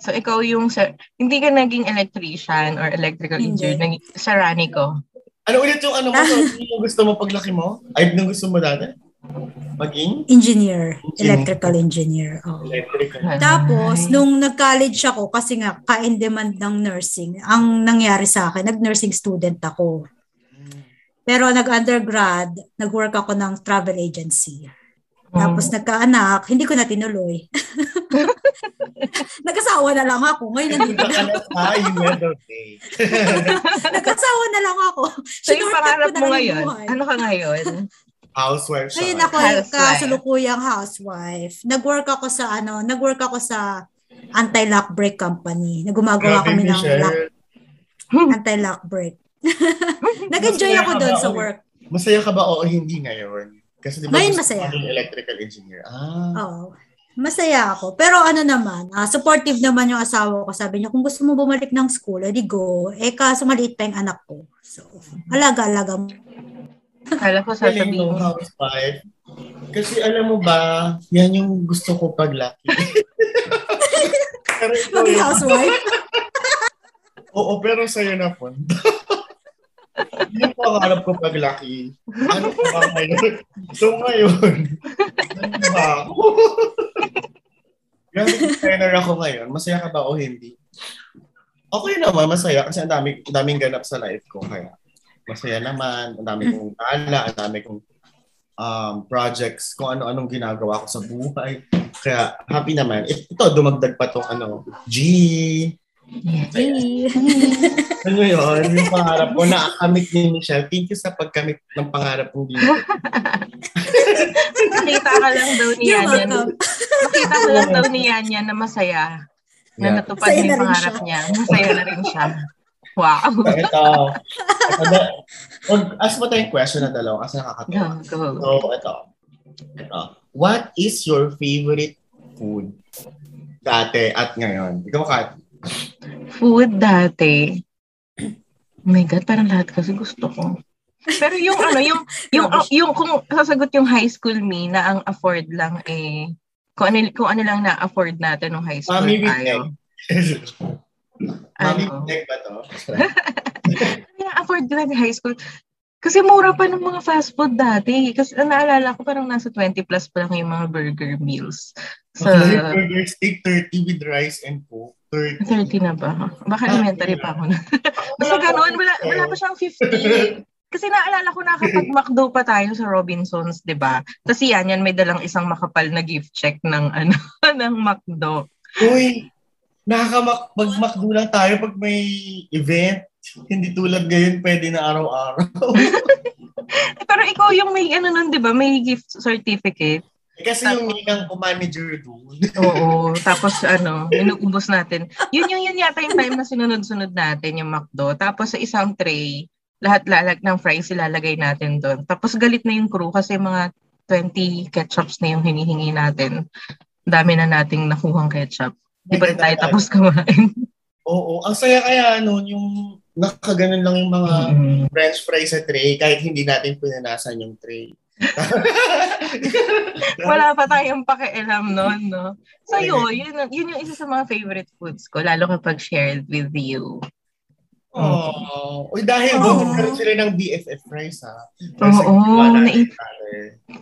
E: so, ikaw yung, sir, hindi ka naging electrician or electrical
D: Hindi.
E: engineer, naging oh. sarani ko.
F: Ano ulit yung ano mo? So, yung gusto mo paglaki mo? Ay, nung gusto mo dati? Maging?
D: Engineer.
F: Engineer.
D: Electrical engineer. Oo.
F: Electrical.
D: Tapos, nung nag-college ako, kasi nga, ka-in-demand ng nursing, ang nangyari sa akin, nag-nursing student ako. Pero nag-undergrad, nag-work ako ng travel agency. Tapos nagkaanak, hindi ko na tinuloy. Nag-asawa na lang ako. Ngayon, nandito na.
F: Ah, you had a day.
D: nag-asawa na lang ako.
E: so, yung
D: Shortcut ko
E: pangarap
D: na
E: mo
D: lang yung
E: ngayon,
D: buhay.
E: ano ka ngayon?
F: Housewife siya.
D: Ayun ako,
E: Housewife.
D: kasalukuyang housewife. Nag-work ako sa ano, nag-work ako sa anti-lock brake company. Nagumagawa
F: Grabe,
D: kami ng
F: Michelle.
D: lock, anti-lock brake. Nag-enjoy
F: Masaya
D: ako
F: ka
D: doon
F: ba,
D: sa
F: Oli?
D: work.
F: Masaya ka ba o hindi ngayon? Kasi di ba
D: Ngayon
F: gusto
D: masaya. Oh,
F: ko maging electrical engineer? Ah.
D: Oo. Masaya ako. Pero ano naman, ah, supportive naman yung asawa ko. Sabi niya, kung gusto mo bumalik ng school, edi go. Eh, kaso maliit pa yung anak ko. So, alaga-alaga mo.
E: Akala ko
F: Galing
E: sasabihin mo.
F: nung housewife. Kasi alam mo ba, yan yung gusto ko paglaki. pero ikaw
D: Maging
F: yun.
D: housewife.
F: Oo, pero sa'yo na po. Yun po ang alam ko paglaki. Ano ko ba ngayon? So ngayon, ano ba ako? Graphic designer ako ngayon. Masaya ka ba o hindi? Okay naman, masaya. Kasi ang dami, ang daming ganap sa life ko. Kaya masaya naman. Ang dami kong ala, ang dami kong um, projects, kung ano-anong ginagawa ko sa buhay. Kaya happy naman. Ito, dumagdag pa tong ano, G,
E: Iya.
D: Eh,
F: ano yun? Yung pangarap ko, nakakamit ni Michelle. Thank you sa pagkamit ng pangarap kong dito.
E: Nakita ka lang daw ni
D: You're
E: Yanyan.
D: welcome.
E: Nakita ka lang daw ni Yanyan na masaya. Na
F: Yeah.
E: natupad
D: Masaya
E: na yung
D: na rin
E: pangarap niya. Masaya na rin siya. Wow.
F: So, ito. ito na, wag, ask mo tayong question na dalawa kasi
E: Go, go.
F: nakakatawa. So, ito. Ito. What is your favorite food? Dati at ngayon. Ikaw, Kat.
E: Food dati. Oh my God, parang lahat kasi gusto ko. Pero yung ano, yung, yung, yung, kung sasagot yung high school me na ang afford lang eh, kung ano, kung ano lang na-afford natin nung high school
F: Mami with
E: tayo.
F: Mami
E: Ano?
F: Tek ba to?
E: na-afford ko na ni high school. Kasi mura pa ng mga fast food dati. Kasi ang naalala ko parang nasa 20 plus pa lang yung mga burger meals. So,
F: Okay, burger steak 30 with rice and coke. 30.
E: 30 na ba? Baka elementary pa ako na. Basta ganun, wala, wala
F: Eh.
E: pa siyang 50. Kasi naalala ko na kapag McDo pa tayo sa Robinsons, di ba? Tapos yan, yan may dalang isang makapal na gift check ng ano ng McDo.
F: Uy, nakakamakdo lang tayo pag may event. Hindi tulad ngayon, pwede na araw-araw.
E: Eh, Pero ikaw yung may ano nun, di ba? May gift certificate.
F: Eh, Kasi yung ninang ko manager doon.
E: Oo. Tapos ano, inuubos natin. Yun yung yun yata yung time na sinunod-sunod natin yung McDo. Tapos sa isang tray, lahat lalag ng fries ilalagay natin doon. Tapos galit na yung crew kasi mga 20 ketchups na yung hinihingi natin. Dami na nating nakuhang ketchup. Di pa rin tayo tapos kumain.
F: Oo, ang saya kaya noon yung nakaganon lang yung mga
E: Mm.
F: Mm-hmm. french fries sa tray kahit hindi natin pinanasan yung tray.
E: Wala pa tayong pakialam noon, no? So yun, yun, ang- yun yung isa sa mga favorite foods ko, lalo kapag shared with you.
F: Oh. Uy, dahil
D: Oo.
F: oh. nagkaroon sila ng BFF price, ha?
E: Oo, nai-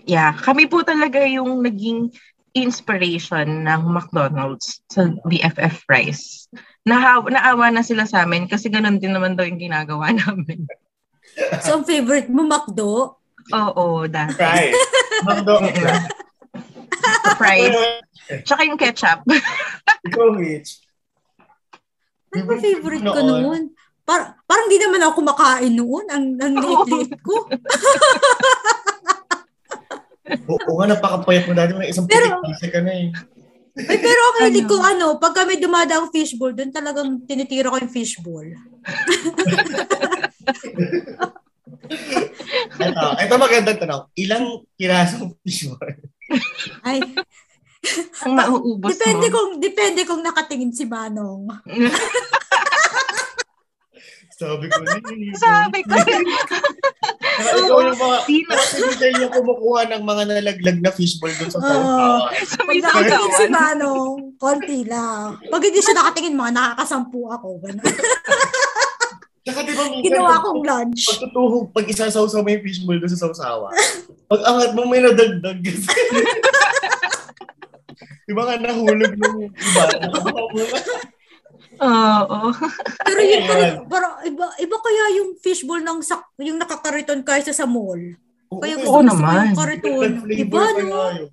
E: Yeah, kami po talaga yung naging inspiration ng McDonald's sa BFF fries. Nahaw, naawa na sila sa amin kasi ganun din naman daw yung ginagawa namin.
D: So, ang favorite mo, Macdo?
E: Oo, that
F: Price. McDonald's.
E: fries. Tsaka yung ketchup.
F: Ikaw, Mitch.
D: Ano ba favorite ko
F: Noon.
D: noon? Par- parang di naman ako kumakain noon. Ang, ang liit-liit ko.
F: Oo nga, napakapayat mo dati. May isang
D: Pero-
F: putik-putik ka na eh.
D: Ay, pero ang
E: Ano?
D: hilig ko, ano, pag kami dumadaang fishbowl, doon talagang tinitira ko yung fishbowl.
F: Ito, ito magandang tanong. Ilang pirasong fishball?
D: Ay,
E: Ang mauubos
D: depende
E: mo.
D: kung, depende kung nakatingin si Manong.
F: Sabi ko na yun.
E: Sabi ko,
F: Saka ikaw yung mga,
E: sino?
F: kasi Miguel yung kumukuha ng mga nalaglag na fishball dun sa
D: Oo.
F: South
E: Sa
D: Pag
E: may
D: nakatingin si
E: sagawan.
D: Manong, konti lang. Pag hindi siya nakatingin, mga nakakasampu ako. Ganun.
F: Saka di ba, Miguel,
D: Ginawa akong lunch.
F: pagtutuhog, pag isasawsaw mo yung fishball doon sa sawsawa, pag angat mo, may nadagdag kasi. di ba nga nahulog nung iba?
E: Oo.
D: Pero yun,
F: Ayun.
D: pero, pero iba, iba kaya yung fishbowl ng sak, yung nakakariton kaysa sa mall. Kaya gusto,
E: Oo
D: gusto ko
E: naman.
D: yung kariton. Diba, no?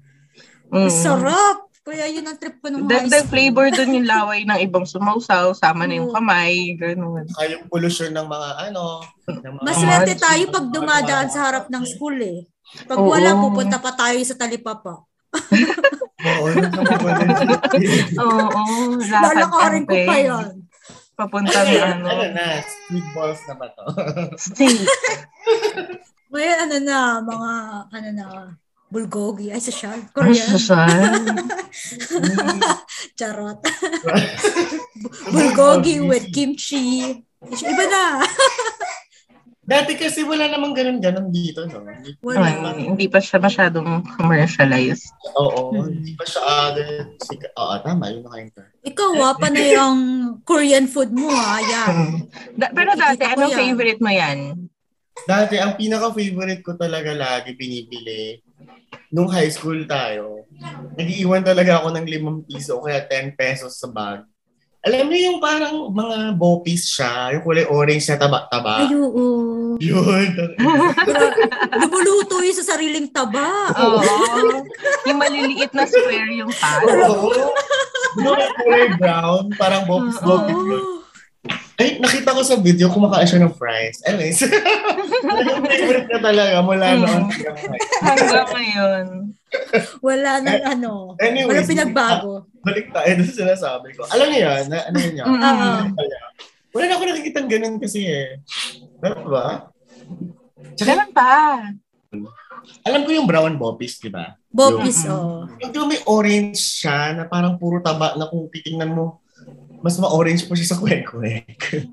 E: Mm.
D: Ang sarap. Kaya yun ang trip ko nung high
E: Dagdag
D: school.
E: flavor dun yung laway ng ibang sumausaw, sama na yung
D: Oo.
E: kamay, ganun.
F: Kaya yung pollution ng mga ano. ng mga-
D: Maswerte tayo pag dumadaan sa harap ng school eh. Pag wala,
E: Oo.
D: pupunta pa tayo sa talipapa.
F: Oo, yun sa mga pollution.
E: Oo, lakad
D: Lalakarin ko
E: kape,
D: pa yun.
E: Papunta
F: Ano
E: na
F: yan?
E: ano.
F: Ano na? Squid balls na ba to?
E: Steak.
D: Ngayon, ano na, mga, ano na, bulgogi. Ay, social.
E: Ano siya
D: Korean.
E: siya?
D: Charot. bulgogi with kimchi. Iba na.
F: Dati kasi wala namang ganun-ganun dito, no? Hindi-
D: Wala.
E: Ayun, Ano Hindi pa siya masyadong commercialized.
F: Oo, hindi pa siya agad. sika- Oo, tama, yun ang term.
D: Ikaw ah, panay ang Korean food mo ah. Yan.
E: Mm. Da- pero dati,
D: Nakikita ko
E: anong
D: yan.
E: favorite mo yan?
F: Dati, ang pinaka-favorite ko talaga lagi binibili, nung high school tayo, nag-iiwan talaga ako ng limang piso o kaya 10 pesos sa bag. Alam niyo yung parang mga bopis siya, yung kulay orange na taba-taba.
D: Ay, oo.
F: Yun.
D: oh. Lumuluto yun sa sariling taba.
E: Oo. yung maliliit na square yung pan.
F: Oo. Yung kulay brown, parang bopis bopis yun.
D: Oh.
F: Ay, nakita ko sa video, kumakaan siya ng fries. Anyways, talagang favorite na talaga mula
E: Mm.
F: noon. hanggang ngayon.
E: Hanggang ngayon.
D: Wala nang ano. Wala
F: Anyways,
D: pinagbago.
F: balik tayo doon sa sinasabi ko. Alam niyo yan, na, ano yun yan?
E: Mm.
D: Oo.
F: Wala na ako nakikita ganun kasi eh. Dapat ba?
E: Meron pa.
F: Alam ko yung brown bopis, di ba?
D: Bopis,
E: Yung-
D: oh.
F: Yung di ba may orange siya na parang puro taba na kung titingnan mo, mas ma-orange pa siya sa kwek-kwek.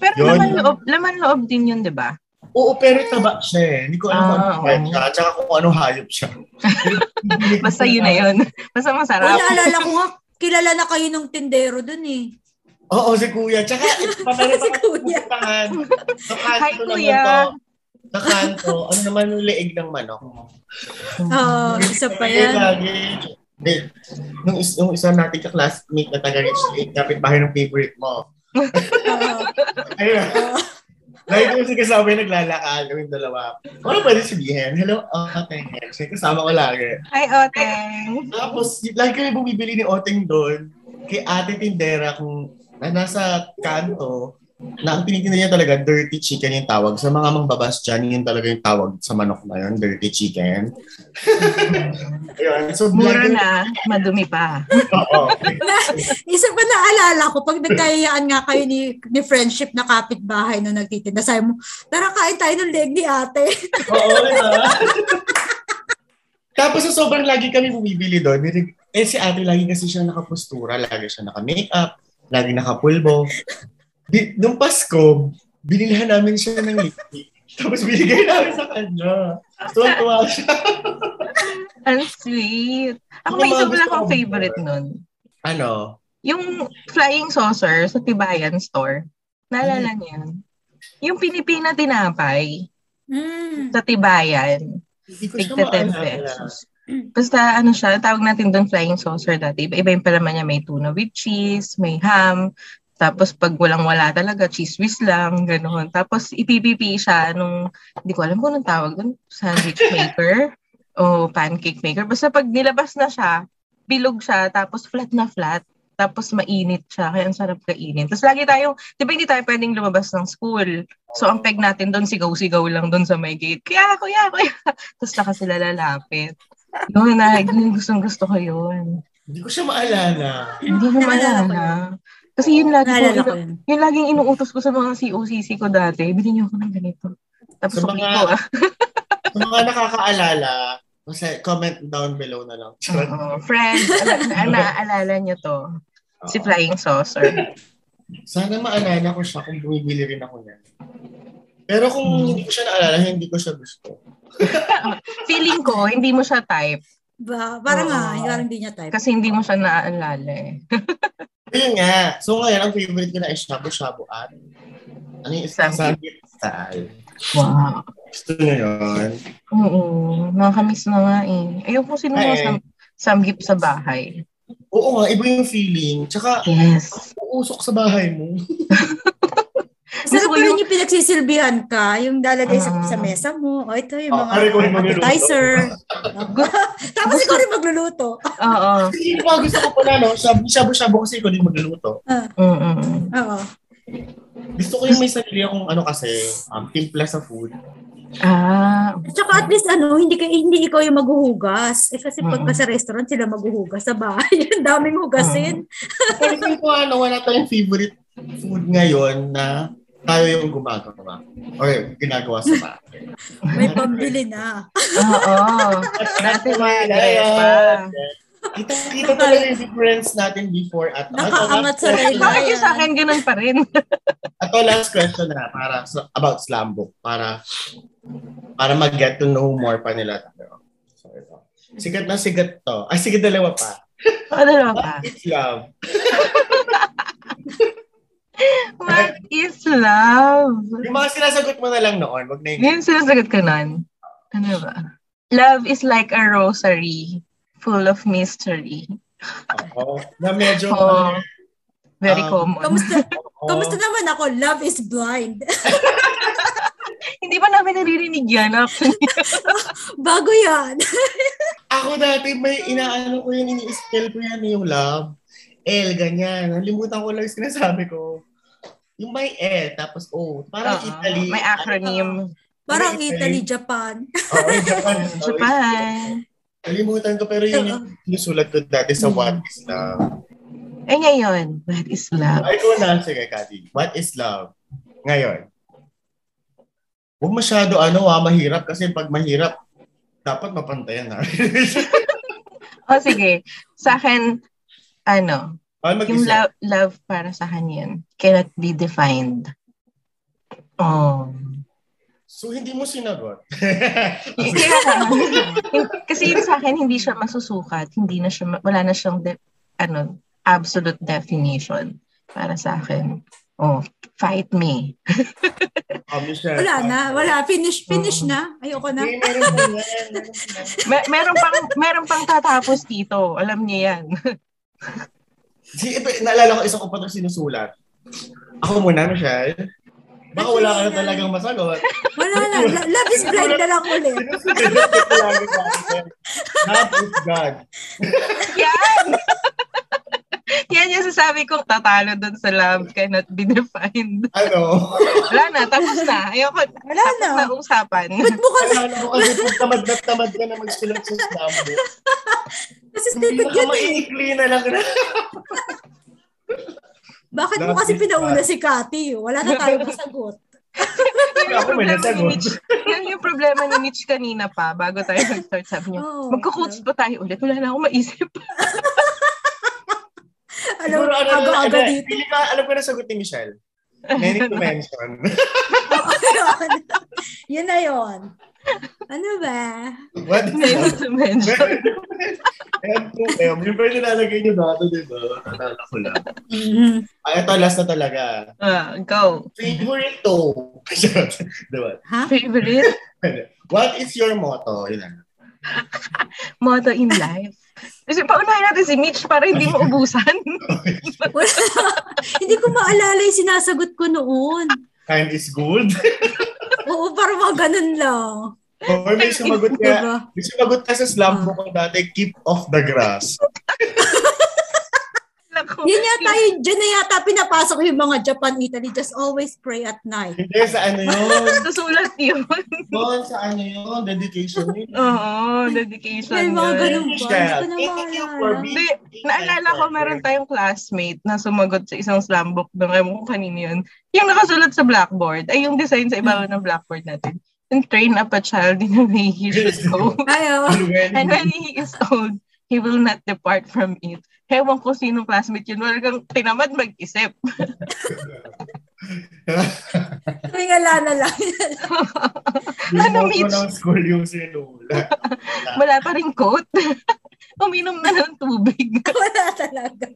E: Pero
F: Yun.
E: laman loob, laman loob din yun, di ba?
F: Oo, pero taba siya eh. Hindi ko alam kung
E: Ah,
F: ano kwek
E: oo.
F: siya, at saka kung ano hayop siya.
E: Basta yun eh. na yun. Basta
D: Wala,
E: masarap.
D: alala ko nga, kilala na kayo ng tindero dun eh.
F: Oo, si Kuya. Tsaka, panarap
D: Si Kuya.
F: Puntahan. Sa kanto
E: Hi,
F: naman
E: Kuya.
F: to. Sa kanto. Ano naman yung leeg ng manok?
D: Oo, Ah,
E: Oh,
D: isa pa
F: Eh,
D: yan.
F: lagi. Hindi. Nung, is, nung isa nating ka-classmate na taga rich Lake, kapitbahay ng favorite mo.
D: Oo.
F: Ayun.
D: Ah,
F: Lagi ko yung kasama yung naglalakal yung dalawa. Ano pwede sabihin? Hello, Oteng. Siya kasama ko lagi.
E: Hi, Oteng.
F: Tapos, y- lagi kami bumibili ni Oteng doon kay Ate Tindera kung na nasa kanto na ang tinitinda niya talaga dirty chicken yung tawag. Sa mga mangbabas dyan, yun talaga yung tawag sa manok na yun, dirty chicken. Ayun. So,
E: Mura
F: lagi-
E: na, madumi pa.
F: Oo.
D: Isa pa naalala ko, pag nagkayaan nga kayo ni, ni friendship na kapitbahay nung nagtitinda, sabi mo, tara kain tayo ng leg ni ate.
F: Oo, diba? Tapos sa sobrang lagi kami bumibili doon, nirig- eh si ate lagi kasi siya nakapostura, lagi siya naka-makeup, lagi nakapulbo. Di, nung Pasko, binilhan namin siya ng lipstick. Tapos binigay namin sa kanya. Tuwan-tuwa siya.
E: Ang sweet. Ako
F: Yung
E: may isa
F: mga
E: pala
F: gusto
E: akong
F: kong
E: favorite nun.
F: Ano?
E: Yung flying saucer sa Tibayan store. Naalala niyo yun? Yung Pilipina tinapay
D: Mm.
E: sa Tibayan.
F: Hindi ko siya
E: Tigta 10
F: maalala.
E: pesos. Basta ano siya, tawag natin doon flying saucer dati. Iba- Iba yung palaman niya. May tuna with cheese, may ham, tapos pag walang-wala talaga, cheese whiz lang, ganoon. Tapos ipipipi siya nung, hindi ko alam kung anong tawag doon, sandwich maker o pancake maker. Basta pag nilabas na siya, bilog siya, tapos flat na flat. Tapos mainit siya, kaya ang sarap kainin. Tapos lagi tayong, di ba hindi tayo pwedeng lumabas ng school? So ang peg natin doon, sigaw-sigaw lang doon sa may gate. Kuya, kuya, kuya. Tapos naka sila lalapit. Yun, na, gustong gusto ko yun.
F: Hindi ko siya maalala.
E: Hindi ko
D: Naalala ko
E: maalala. Kasi yun lagi ko,
D: Naalala ko yun.
E: yun laging inuutos ko sa mga COCC ko dati. Bili niyo ako ng ganito. Tapos
F: Sa
E: so,
F: mga-
E: ko ah.
F: Sa mga nakakaalala, kasi comment down below na lang. Charot.
E: Oo, oh, friend, ala- na- naaalala niyo to. Si
F: Oo.
E: Flying Saucer.
F: Sana maalala ko siya kung bumibili rin ako niyan. Pero kung hindi ko siya naalala, hindi ko siya gusto.
E: Feeling ko, hindi mo siya type.
D: Ba, parang
E: Oo.
D: nga, parang hindi niya type.
E: Kasi hindi mo siya naaalala eh.
F: Ayun nga. So ngayon, ang favorite ko na is shabu-shabu at ano yung isang sandwich style.
E: Wow.
F: Gusto na yun.
E: Oo. Nakakamiss na nga eh. Ayoko sinunod
F: Ay.
E: sa samgip sa bahay.
F: Oo nga, iba yung feeling. Tsaka,
E: Yes.
F: uusok sa bahay mo.
D: Sarap
E: Gusto ko
D: pa rin
E: yung-
D: yung pinagsisilbihan ka, yung lalagay sa,
E: Ah.
D: sa mesa mo. O ito yung
F: Oh,
D: mga
F: pare ko yung magluluto.
D: appetizer. Tapos ikaw rin magluluto.
E: Oo.
F: Hindi pa gusto ko pala, no? Shabu- Shabu-shabu kasi ko din magluluto.
E: Mm-mm.
D: Oo.
F: Gusto ko yung may sarili akong ano kasi, um, timpla sa food.
E: Ah,
D: At saka at least ano, hindi ka, hindi ikaw yung maghuhugas. Eh, kasi
E: Mm-mm.
D: pagka sa restaurant, sila maghuhugas sa bahay. Ang daming hugasin.
F: Pero kung ko ano, wala tayong favorite food ngayon na tayo yung gumagawa. Or ginagawa sa bahay.
D: May pambili na.
E: oo. Dati mga
F: Ayan.
E: pa.
F: Kita, kita talaga yung difference natin before at
D: Nakaangat
F: last
D: sa
F: question.
D: relo.
E: Bakit yung sa akin ganun pa rin?
F: Ato last question na para sa- about slam book para para mag-get to know more pa nila tayo. So ito. Sigat na sigat to. Ay, sige dalawa pa.
E: Ano lang pa?
F: It's love.
E: What is love?
F: Yung mga sinasagot mo na lang noon, wag na yung
E: Yun sinasagot ko nun. Ano ba? Love is like a rosary full of mystery.
F: Oo. na medyo
E: Oh, very
F: Um,
E: common.
D: Kamusta,
F: Oo.
D: kamusta naman ako? Love is blind.
E: Hindi ba namin naririnig yan actually?
D: Bago yan.
F: Ako dati may inaano ko yun, ini-spell ko yan yung love. L, ganyan. Nalimutan ko lang yung sinasabi ko. Yung may L, tapos O. Parang
E: Oo,
F: Italy.
E: May acronym.
D: Parang
F: Italy.
D: Italy, Japan.
F: Oo, yung Japan.
E: Japan.
F: Nalimutan ko, pero yun yung sinusulat ko dati sa
E: Mm.
F: What is Love.
E: Eh ngayon, what is love?
F: Ay, ko na. Sige, Kati. What is love? Ngayon. Huwag masyado, ano, ah, mahirap. Kasi pag mahirap, dapat mapantayan na.
E: O oh, sige, sa akin, ano, Yung
F: Ay, mag-isip.
E: love, love para sa akin yun, cannot be defined. Oh.
F: So, hindi mo sinagot.
E: Kaya, kasi yun sa akin, hindi siya masusukat. Hindi na siya, ma- wala na siyang, de- ano, absolute definition para sa akin. Oh, fight me.
F: Oh, Michelle,
D: Wala na. Wala. Finish. Finish
E: Oo.
D: na. Ayoko na.
F: Hindi, meron pa yan. meron pa yan.
E: Mer- meron pang meron pang tatapos dito. Alam niya yan.
F: Si, ito, naalala ko isa ko pa itong sinusulat. Ako muna, Michelle. Baka wala ka na talagang masagot.
D: Wala na. Lo- Love is blind na lang ulit.
F: Sinusulat ko palagi sa akin. God is God.
E: yan! yan yung sasabi kong tatalo dun sa love cannot be defined.
F: Ano?
E: Wala na, tapos na. Ayoko,
D: Wala
E: tapos
D: na.
E: na usapan.
D: Ba't mo ka
F: Naalala ko kasi pag tamad na tamad ka na magsulat sa slambo.
D: kasi stupid
F: Baka
D: yun eh.
F: maiikli na lang na.
D: Bakit mo
F: Love
D: kasi
F: is
D: pinauna si Cathy? Wala na tayo masagot.
E: Yun yung
F: Ako
E: problema
F: may
E: ni
F: nasagot.
E: Mitch. Yun yung problema ni Mitch kanina pa, bago tayo nag-start. Sabi niya,
D: Oo.
E: magkukuts pa tayo ulit. Wala na akong maisip.
D: Alam mo,
F: Siguro, ano, ano,
D: aga-aga
F: ano,
D: dito.
F: pili ka, alam ko na sagot ni Michelle. Many to mention.
D: Oo, yun. yun na yun. Ano ba?
F: What
E: May
F: is
E: to mention.
F: M2M. Yung ba yung nilalagay niyo dati, di ba? Nalala ko lang.
D: Mhm.
F: Ah, ito, last na talaga.
E: Ah, go.
F: Favorite toe. diba?
E: Favorite
F: What is your motto? Yun lang.
E: motto in life. Kasi paunahin natin si Mitch para hindi maubusan.
D: Wala. Hindi ko maalala yung sinasagot ko noon.
F: Kind is good.
D: Oo, parang mga ganun lang.
F: Or may sumagot ka,
D: Diba?
F: may sumagot ka sa slam
E: Ah.
F: book ko dati, keep off the grass.
E: Naku.
D: Yun yata yun, dyan na yata pinapasok yung mga Japan, Italy, just always pray at night.
F: Hindi, sa ano yun?
E: Susulat yun.
F: Doon, sa ano yun? Dedication yun.
E: Oo, Ah,
D: May
E: dedication.
D: mga
E: yun.
D: ganun ba?
F: Michelle, thank
D: Hindi ko na
F: you for
D: maalala.
F: being
E: Hindi, Naalala ko, meron tayong classmate na sumagot sa isang slam book doon. Ewan ko kanino yun. Yung nakasulat sa blackboard, ay yung design sa ibabaw ng blackboard natin. Yung train up a child in a way he should go.
D: Ay,
E: oh.
D: oo.
E: Ano? And
F: Well,
E: when he is old, he will not depart from it. Ewan ko sinong classmate yun. Wala kang tinamad mag-isip.
D: Tuwing ala na lang.
F: yung
E: Ano,
F: motto
E: Mitch?
F: ng school yung sinula.
E: Wala pa rin coat. Uminom na ng tubig.
D: wala talaga.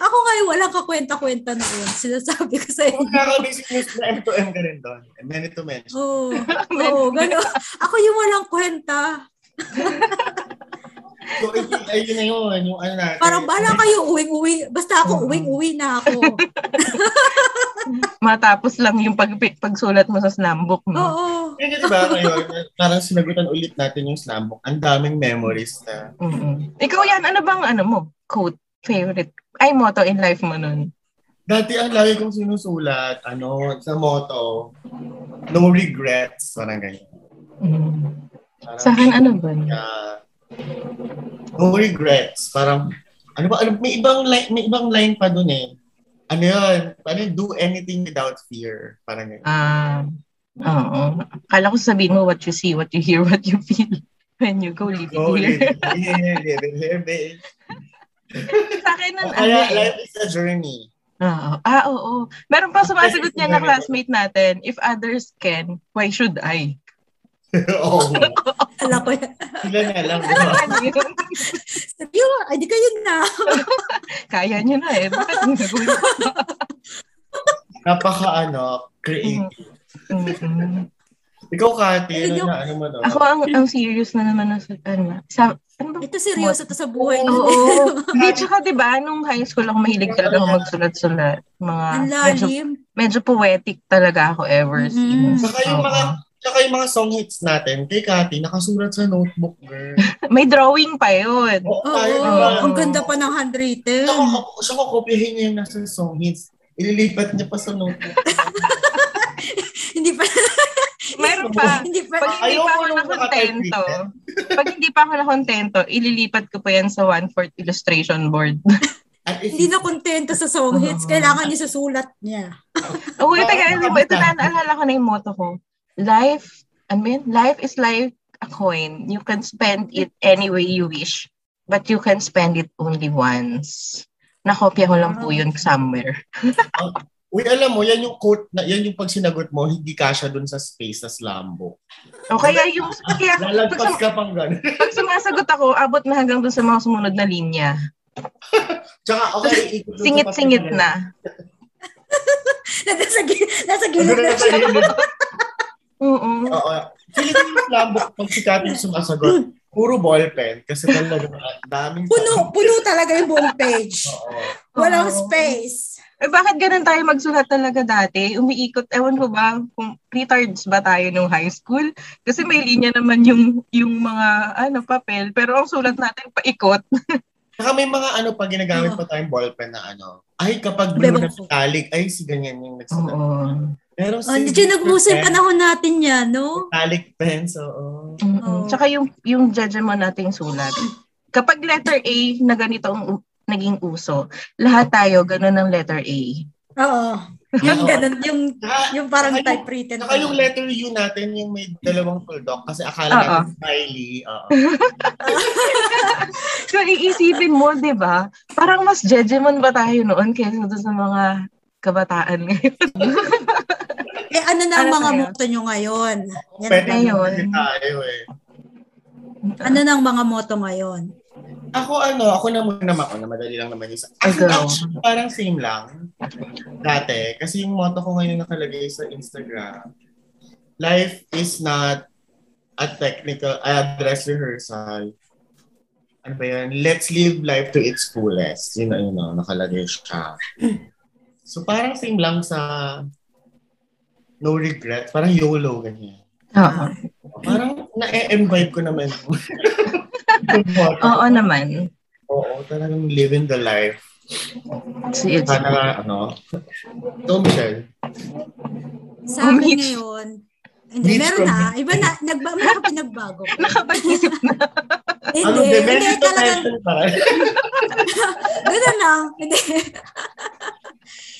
D: Ako ngayon, walang kakwenta-kwenta noon. Sinasabi ko sa'yo.
F: Kung kakabasic news na M2M ka rin doon. Many to mention.
D: Oo. Oo, gano'n. Oh, Ako yung walang kwenta.
F: So, I think, ayun na yun. Yung ano natin.
D: Parang bala kayo, uwing-uwi. Basta
E: Mm-hmm.
F: Oo.
D: ako, uwing-uwi na ako.
E: Matapos lang yung pag pagsulat mo sa slam book mo.
D: Oo.
F: Kaya di ba ngayon, parang sinagutan ulit natin yung slam book. Ang daming memories na.
E: mm Ikaw yan, ano bang ano mo? Quote, favorite, ay motto in life mo nun.
F: Dati ang lagi kong sinusulat, ano, sa motto, no regrets. Parang ganyan.
E: Mm.
F: Parang,
E: Sa akin, ano ba?
F: uh, no regrets. Parang, ano ba, ano, may ibang line, may ibang line pa dun eh. Ano yun? Parang do anything without fear. Parang ganyan.
E: Ah, oo. Kala ko sabihin mo what you see, what you hear, what you feel. When you go, live it
F: Go
E: here.
F: live it. Yeah, live it here, babe.
E: sa akin,
F: O
E: nun, ano
F: Oh, Kaya
E: eh.
F: life is a journey.
E: Oo. Ah, oo. Meron pa sumasagot niya na classmate natin, if others can, why should I?
F: Oo.
D: Alam ko yan.
F: Sila na lang. di ba?
E: Ano yun?
D: Sabi ko, ay di kayo na.
E: Kaya niyo na eh. Bakit yung gagawin?
F: Napaka ano, creative.
E: Mm-mm.
F: Ikaw, Kati,
D: Ay,
F: ano
D: yung-
F: na, ano mo doon?
E: Ako ang, ang serious na naman na sa, ano, sa, ano ba
D: Ito seryoso to sa buhay na.
E: Oo. Hindi, tsaka diba, nung high school ako mahilig talaga ako magsulat-sulat. Mga,
D: Ang
E: medyo,
D: lalim.
E: medyo poetic talaga ako ever
D: Mm-mm.
E: since.
F: Saka yung
E: Oo.
F: mga- Tsaka yung mga song hits natin, kay Kati, nakasulat sa notebook, girl. Oh,
E: May drawing pa yun.
F: Oo,
D: Oo.
F: tayo, di ba?
D: Ang ganda pa ng handwritten.
F: Siya ko- Siya ko kopyahin niya yung nasa song hits. Ililipat niya pa sa notebook.
D: Hindi pa.
E: Meron pa.
D: Hindi pa.
E: Pag hindi pa
F: Ayoko
E: ako
F: nung
E: nakontento, pag hindi pa ako nakontento, ililipat ko pa yan sa one-fourth illustration board.
F: At if
D: Hindi na kontento sa song hits. Kailangan niya susulat niya.
E: Oo, oh,
F: Oo,
E: taga, ano ba? Ito
F: makakita.
E: na, naalala ko na yung motto ko. Life, I mean, life is like a coin. You can spend it any way you wish. But you can spend it only once. Nakopya ko lang po yun somewhere.
F: Uy, alam mo, yan yung quote, na, yan yung pag sinagot mo, hindi ka siya dun sa space sa slambo.
E: O kaya yung, kaya pag, sum-
F: Lalagpas ka pang gano'n.
E: pag sumasagot ako, abot na hanggang dun sa mga sumunod na linya.
F: Tsaka, okay, ikot dun sa
E: Singit-singit
F: papel.
E: na.
D: nasa, gi- nasa
F: Ano
D: gilid
F: na
D: na
F: sa
D: siya.
F: gilid?
E: Oo.
F: Oo. Feeling ko yung lambok pag si Kati yung sumasagot, puro ballpen kasi talaga ang daming...
D: Puno, puno talaga yung buong page.
F: Oo.
D: Walang
E: Oo.
D: space.
E: Eh bakit ganun tayo magsulat talaga dati? Umiikot, ewan ko ba, kung retards ba tayo nung high school? Kasi may linya naman yung yung mga ano papel, pero ang sulat natin paikot.
F: Saka may mga ano pa ginagamit pa tayong ballpen na ano. Ay, kapag blue
D: Bebang
F: na
D: Ah. ko.
F: metallic, ay si ganyan yung nagsasabi.
E: Oo.
F: Pero
D: Oh, hindi yung nag-uusay panahon natin yan, no?
F: Metallic pens, oo.
E: Mm-mm.
D: Oo.
E: Tsaka yung yung judgment nating sulat. Kapag letter A na ganito ang u- naging uso, lahat tayo ganun ang letter A.
D: Oo. Yung ganun, yung,
F: Saka,
D: yung parang
F: Ano? Saka yung-
D: typewritten.
F: saka yung letter U natin, yung may dalawang tuldok kasi akala
D: Ah,
E: Oo.
F: natin smiley. Oo.
E: So iisipin mo, 'di ba? Parang mas judgment ba tayo noon kaysa doon sa mga kabataan ngayon.
D: Eh, ano na ang
E: Ano
D: mga
E: tayo?
D: motto nyo ngayon? Yan
F: Pwede
D: ang-
E: na yun.
F: na tayo eh.
D: Ano na ang mga motto ngayon?
F: Ako ano, ako naman naman ako, na madali lang naman yung sa...
E: Ikaw.
F: Actually, parang same lang. Dati, kasi yung motto ko ngayon nakalagay sa Instagram, life is not a technical a dress rehearsal. Ano ba yun? Let's live life to its fullest. Yun na yun, no? nakalagay siya. So parang same lang sa no regrets. Parang YOLO, ganyan.
E: Oo.
F: Parang na-imbibe ko naman. Yung motto ko.
E: Oo naman.
F: Oo, talagang living the life.
E: So, yun.
F: Sana nga, ano? Ito, Michelle.
D: Sa akin
E: Mitch.
D: ngayon, hindi,
F: Mitch
D: meron
F: from-
D: na. Iba na, nagba, may pinagbago.
E: Nakapag-isip na.
F: Ano,
D: hindi, hindi,
F: demented
D: talagang,
F: title parang.
D: Ganun lang. Hindi.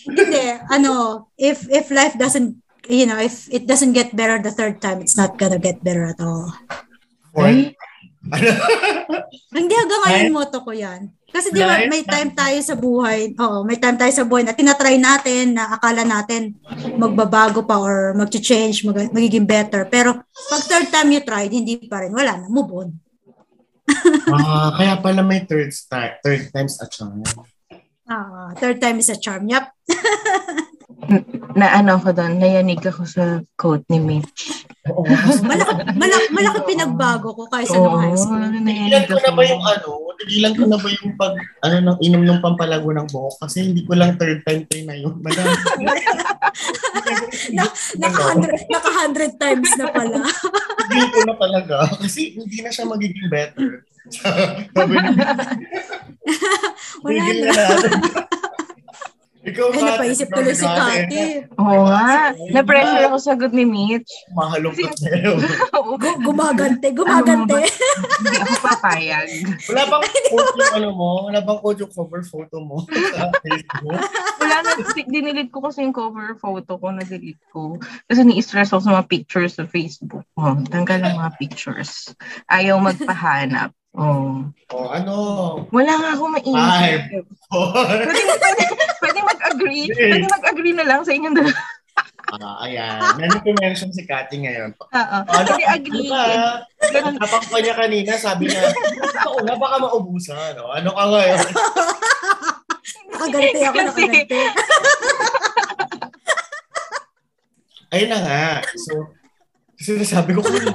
D: Hindi. Ano, if if life doesn't, you know, if it doesn't get better the third time, it's not gonna get better at all.
F: Fourth. Ano?
D: Hindi hanggang ngayon moto ko yan. Kasi di ba
F: Life-
D: may time tayo sa buhay, oo, may time tayo sa buhay na tinatry natin, na akala natin magbabago pa or mag-change, mag- magiging better. Pero pag third time you tried, hindi pa rin. Wala na, move on. Hmm?
F: Ah, kaya pala may third, star, third time's a charm.
D: Ah, third time is a charm. Yup.
E: Na ano ko doon, nayanig ako sa quote ni Mitch.
F: Oo. nga.
D: Malaki, malaki, malaki pinagbago ko kaysa nung high school.
E: nayanig
F: Tigilan ko na
E: ako.
F: ba yung ano? Tigilan ko na ba yung pag, ano, ng inom ng pampalago ng buhok? Kasi hindi ko lang third time tayo na yun. Madami.
E: Ano?
D: Naka-hundred naka hundred times na pala.
F: Hindi ko na talaga. Kasi hindi na siya magiging better. Sabi niya,
D: Wala
F: Tigil
D: na.
F: na natin. Ikaw
D: Eh,
F: Kat,
D: napaisip tuloy si
F: ikaw, Kat, eh,
D: Kati.
E: Oo nga. Na-pressure ako sa good ni Mitch.
F: Mahalukot na yun.
E: Oo.
D: Gu- Gumagante, gumagante.
E: Hindi ako papayag.
F: Wala bang quote yung ano mo? Wala bang quote yung cover photo mo sa Facebook?
E: Wala na, dinelete ko kasi yung cover photo ko, na-delete ko. Kasi ni-stress ako sa mga pictures sa Facebook. Oh, tanggal ang mga pictures. Ayaw magpahanap. Oh.
F: O ano?
E: Wala nga ako maisip.
F: Five. Four.
E: Pwede, pwede, pwede mag-agree.
F: Yes.
E: Pwede mag-agree na lang sa inyong dalawa.
F: Ah, ayan. Nandito ko mention si Kati ngayon.
E: Oo.
F: Ano?
E: Pwede agree.
F: Diba?
E: Ganun.
F: Tapang ko niya kanina, sabi niya, "Ikaw na, baka maubusan. O, ano ka ngayon?
D: Nakagante ako,
E: Kasi-
D: nakagante.
F: Ayun na nga. So, kasi nasabi ko kanina,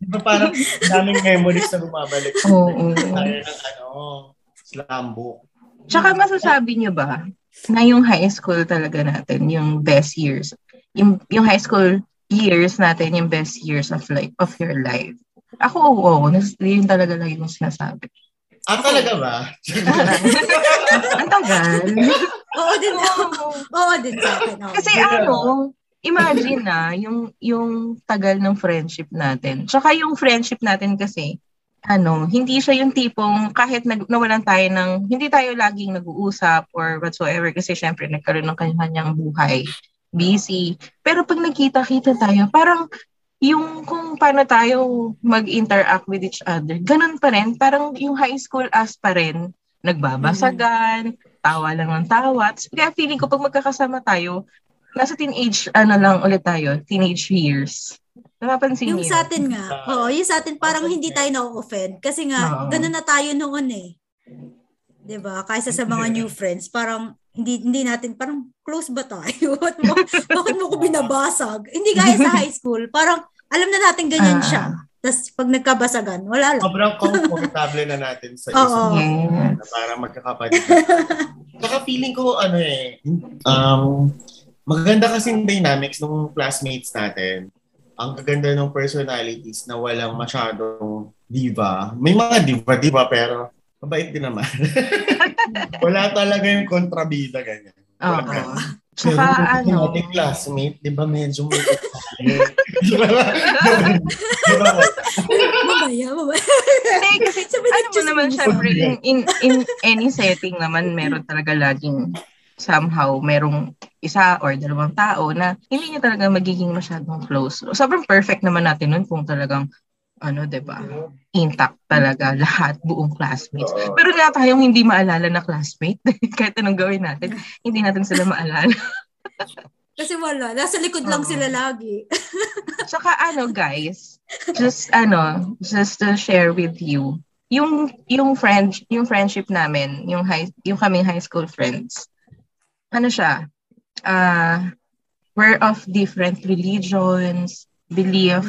F: di ba parang daming memories na bumabalik.
E: Oo.
F: Tayo ng ano, slam book.
E: Tsaka masasabi niyo ba na yung high school talaga natin, yung best years, yung, yung high school years natin, yung best years of life, of your life. Ako, oo, nas- yun talaga lang yung sinasabi.
F: Ah, talaga ba?
E: Ang tagal.
D: Oo din. Oo din sa akin. oo.
E: Kasi ano, imagine na, yung, yung tagal ng friendship natin. Tsaka yung friendship natin kasi, ano, hindi siya yung tipong kahit nag, nawalan tayo ng, hindi tayo laging nag-uusap or whatsoever kasi syempre nagkaroon ng kanya-kanyang buhay, busy. Pero pag nagkita-kita tayo, parang yung kung paano tayo mag-interact with each other, ganun pa rin. Parang yung high school as pa rin, nagbabasagan,
D: Mm-hmm.
E: tawa lang ng tawa. Tapos Kaya feeling ko pag magkakasama tayo, nasa teenage, ano lang ulit tayo, teenage years. Napapansin
D: Yung
E: niyo?
D: sa atin nga, oo, yung sa atin parang hindi tayo na-offend. Kasi nga,
E: Oo.
D: ganun na tayo noon eh. 'Di ba Kaysa sa mga new friends, parang hindi hindi natin, parang close ba tayo? Ba't mo, bakit mo ko binabasag? Hindi gaya sa high school, parang alam na natin ganyan
E: Ah.
D: siya. Tapos pag nagkabasagan, wala lang.
F: Sobrang comfortable na natin sa
D: Oo.
F: isang
E: Yes.
F: na para magkakapatid. Saka feeling ko, ano eh, um, maganda kasing dynamics ng classmates natin. Ang gaganda ng personalities na walang masyadong diva. May mga diva-diva pero mabait din naman. Wala talaga yung kontrabida ganyan.
E: Oo.
F: Wala.
E: Tsaka
F: Pero yung
E: ano,
F: ating classmate, di ba medyo may Di ba? Di ba?
D: Mabaya, mabaya.
E: hindi kasi
D: Sabi
E: ano mo
D: Diyos
E: naman
D: mo.
E: syempre in, in, in any setting naman meron talaga laging somehow merong isa or dalawang tao na hindi niya talaga magiging masyadong close. Sobrang perfect naman natin nun kung talagang ano, 'di ba? Intact talaga lahat buong classmates. Pero na tayong hindi maalala na classmate kahit anong gawin natin, hindi natin sila maalala.
D: Kasi wala. Nasa likod lang
E: Oo.
D: sila lagi.
E: Tsaka ano guys, just ano, just to share with you, yung yung friend, yung friendship namin, yung high yung kaming high school friends. Ano siya? Uh, we're of different religions, belief,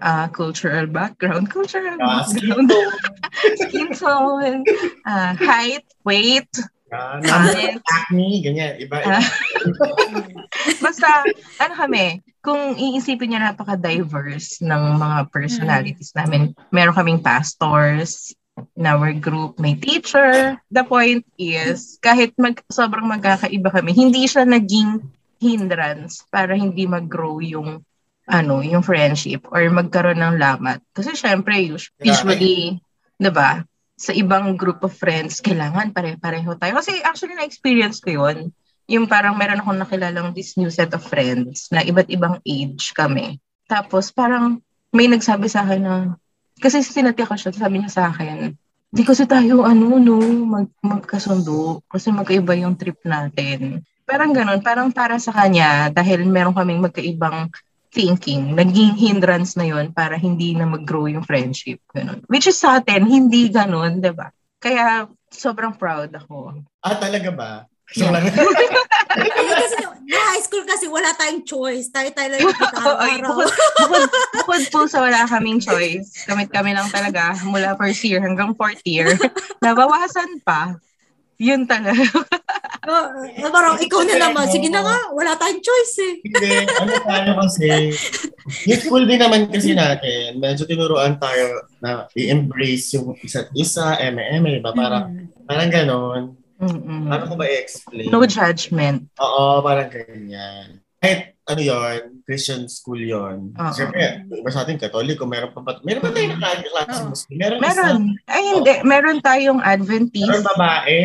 E: uh, cultural background, cultural
F: Ah, skin
E: background, skin tone, uh, height, weight,
F: Ah, number
E: talent,
F: acne, ganyan. Iba, iba.
E: Ah. Basta, ano kami, kung iisipin niyo napaka-diverse ng mga personalities namin. Meron kaming pastors, in our group may teacher. The point is, kahit mag, sobrang magkakaiba kami, hindi siya naging hindrance para hindi mag-grow yung ano, yung friendship or magkaroon ng lamat. Kasi syempre, us-
F: Grabe.
E: usually, 'di ba? Sa ibang group of friends, kailangan pare-pareho tayo. Kasi actually na-experience ko 'yun yung parang meron akong nakilalang this new set of friends na iba't ibang age kami. Tapos parang may nagsabi sa akin na, kasi sinati ko siya, sabi niya sa akin, di kasi tayo ano no, mag, magkasundo kasi magkaiba yung trip natin. Parang ganun, parang para sa kanya dahil meron kaming magkaibang thinking, naging hindrance na yon para hindi na mag-grow yung friendship. Ganun. Which is sa atin, hindi ganun, di ba? Kaya sobrang proud ako
F: Ah, talaga ba?
E: Yeah.
F: lang.
D: Kasi, kasi na high school kasi wala tayong choice. Tayo-tayo lang yung
E: Oo, ay,
D: araw-araw.
E: bukod, bukod, bukod po sa wala kaming choice, kamit kami lang talaga mula first year hanggang fourth year, nabawasan pa. Yun talaga.
D: Oo, eh, parang ikaw na naman. Sige na nga, wala tayong choice eh.
F: Hindi, ano tayo kasi, yung school din naman kasi natin, medyo tinuruan tayo na i-embrace yung isa't isa, eme-eme, ba? Parang, parang ganon.
E: Mm-mm.
F: Ano ko ba i-explain?
E: No judgment.
F: Oo, parang ganyan. Kahit ano yon Christian school yon
E: Oo.
F: Siyempre, iba sa atin, Katoliko, meron pa ba? Meron ba tayong nakaklase
D: Oo.
F: Muslim? Meron, isa-
E: Meron. Ay, hindi. Meron tayong
F: Oh. meron
E: Adventist,
F: babae.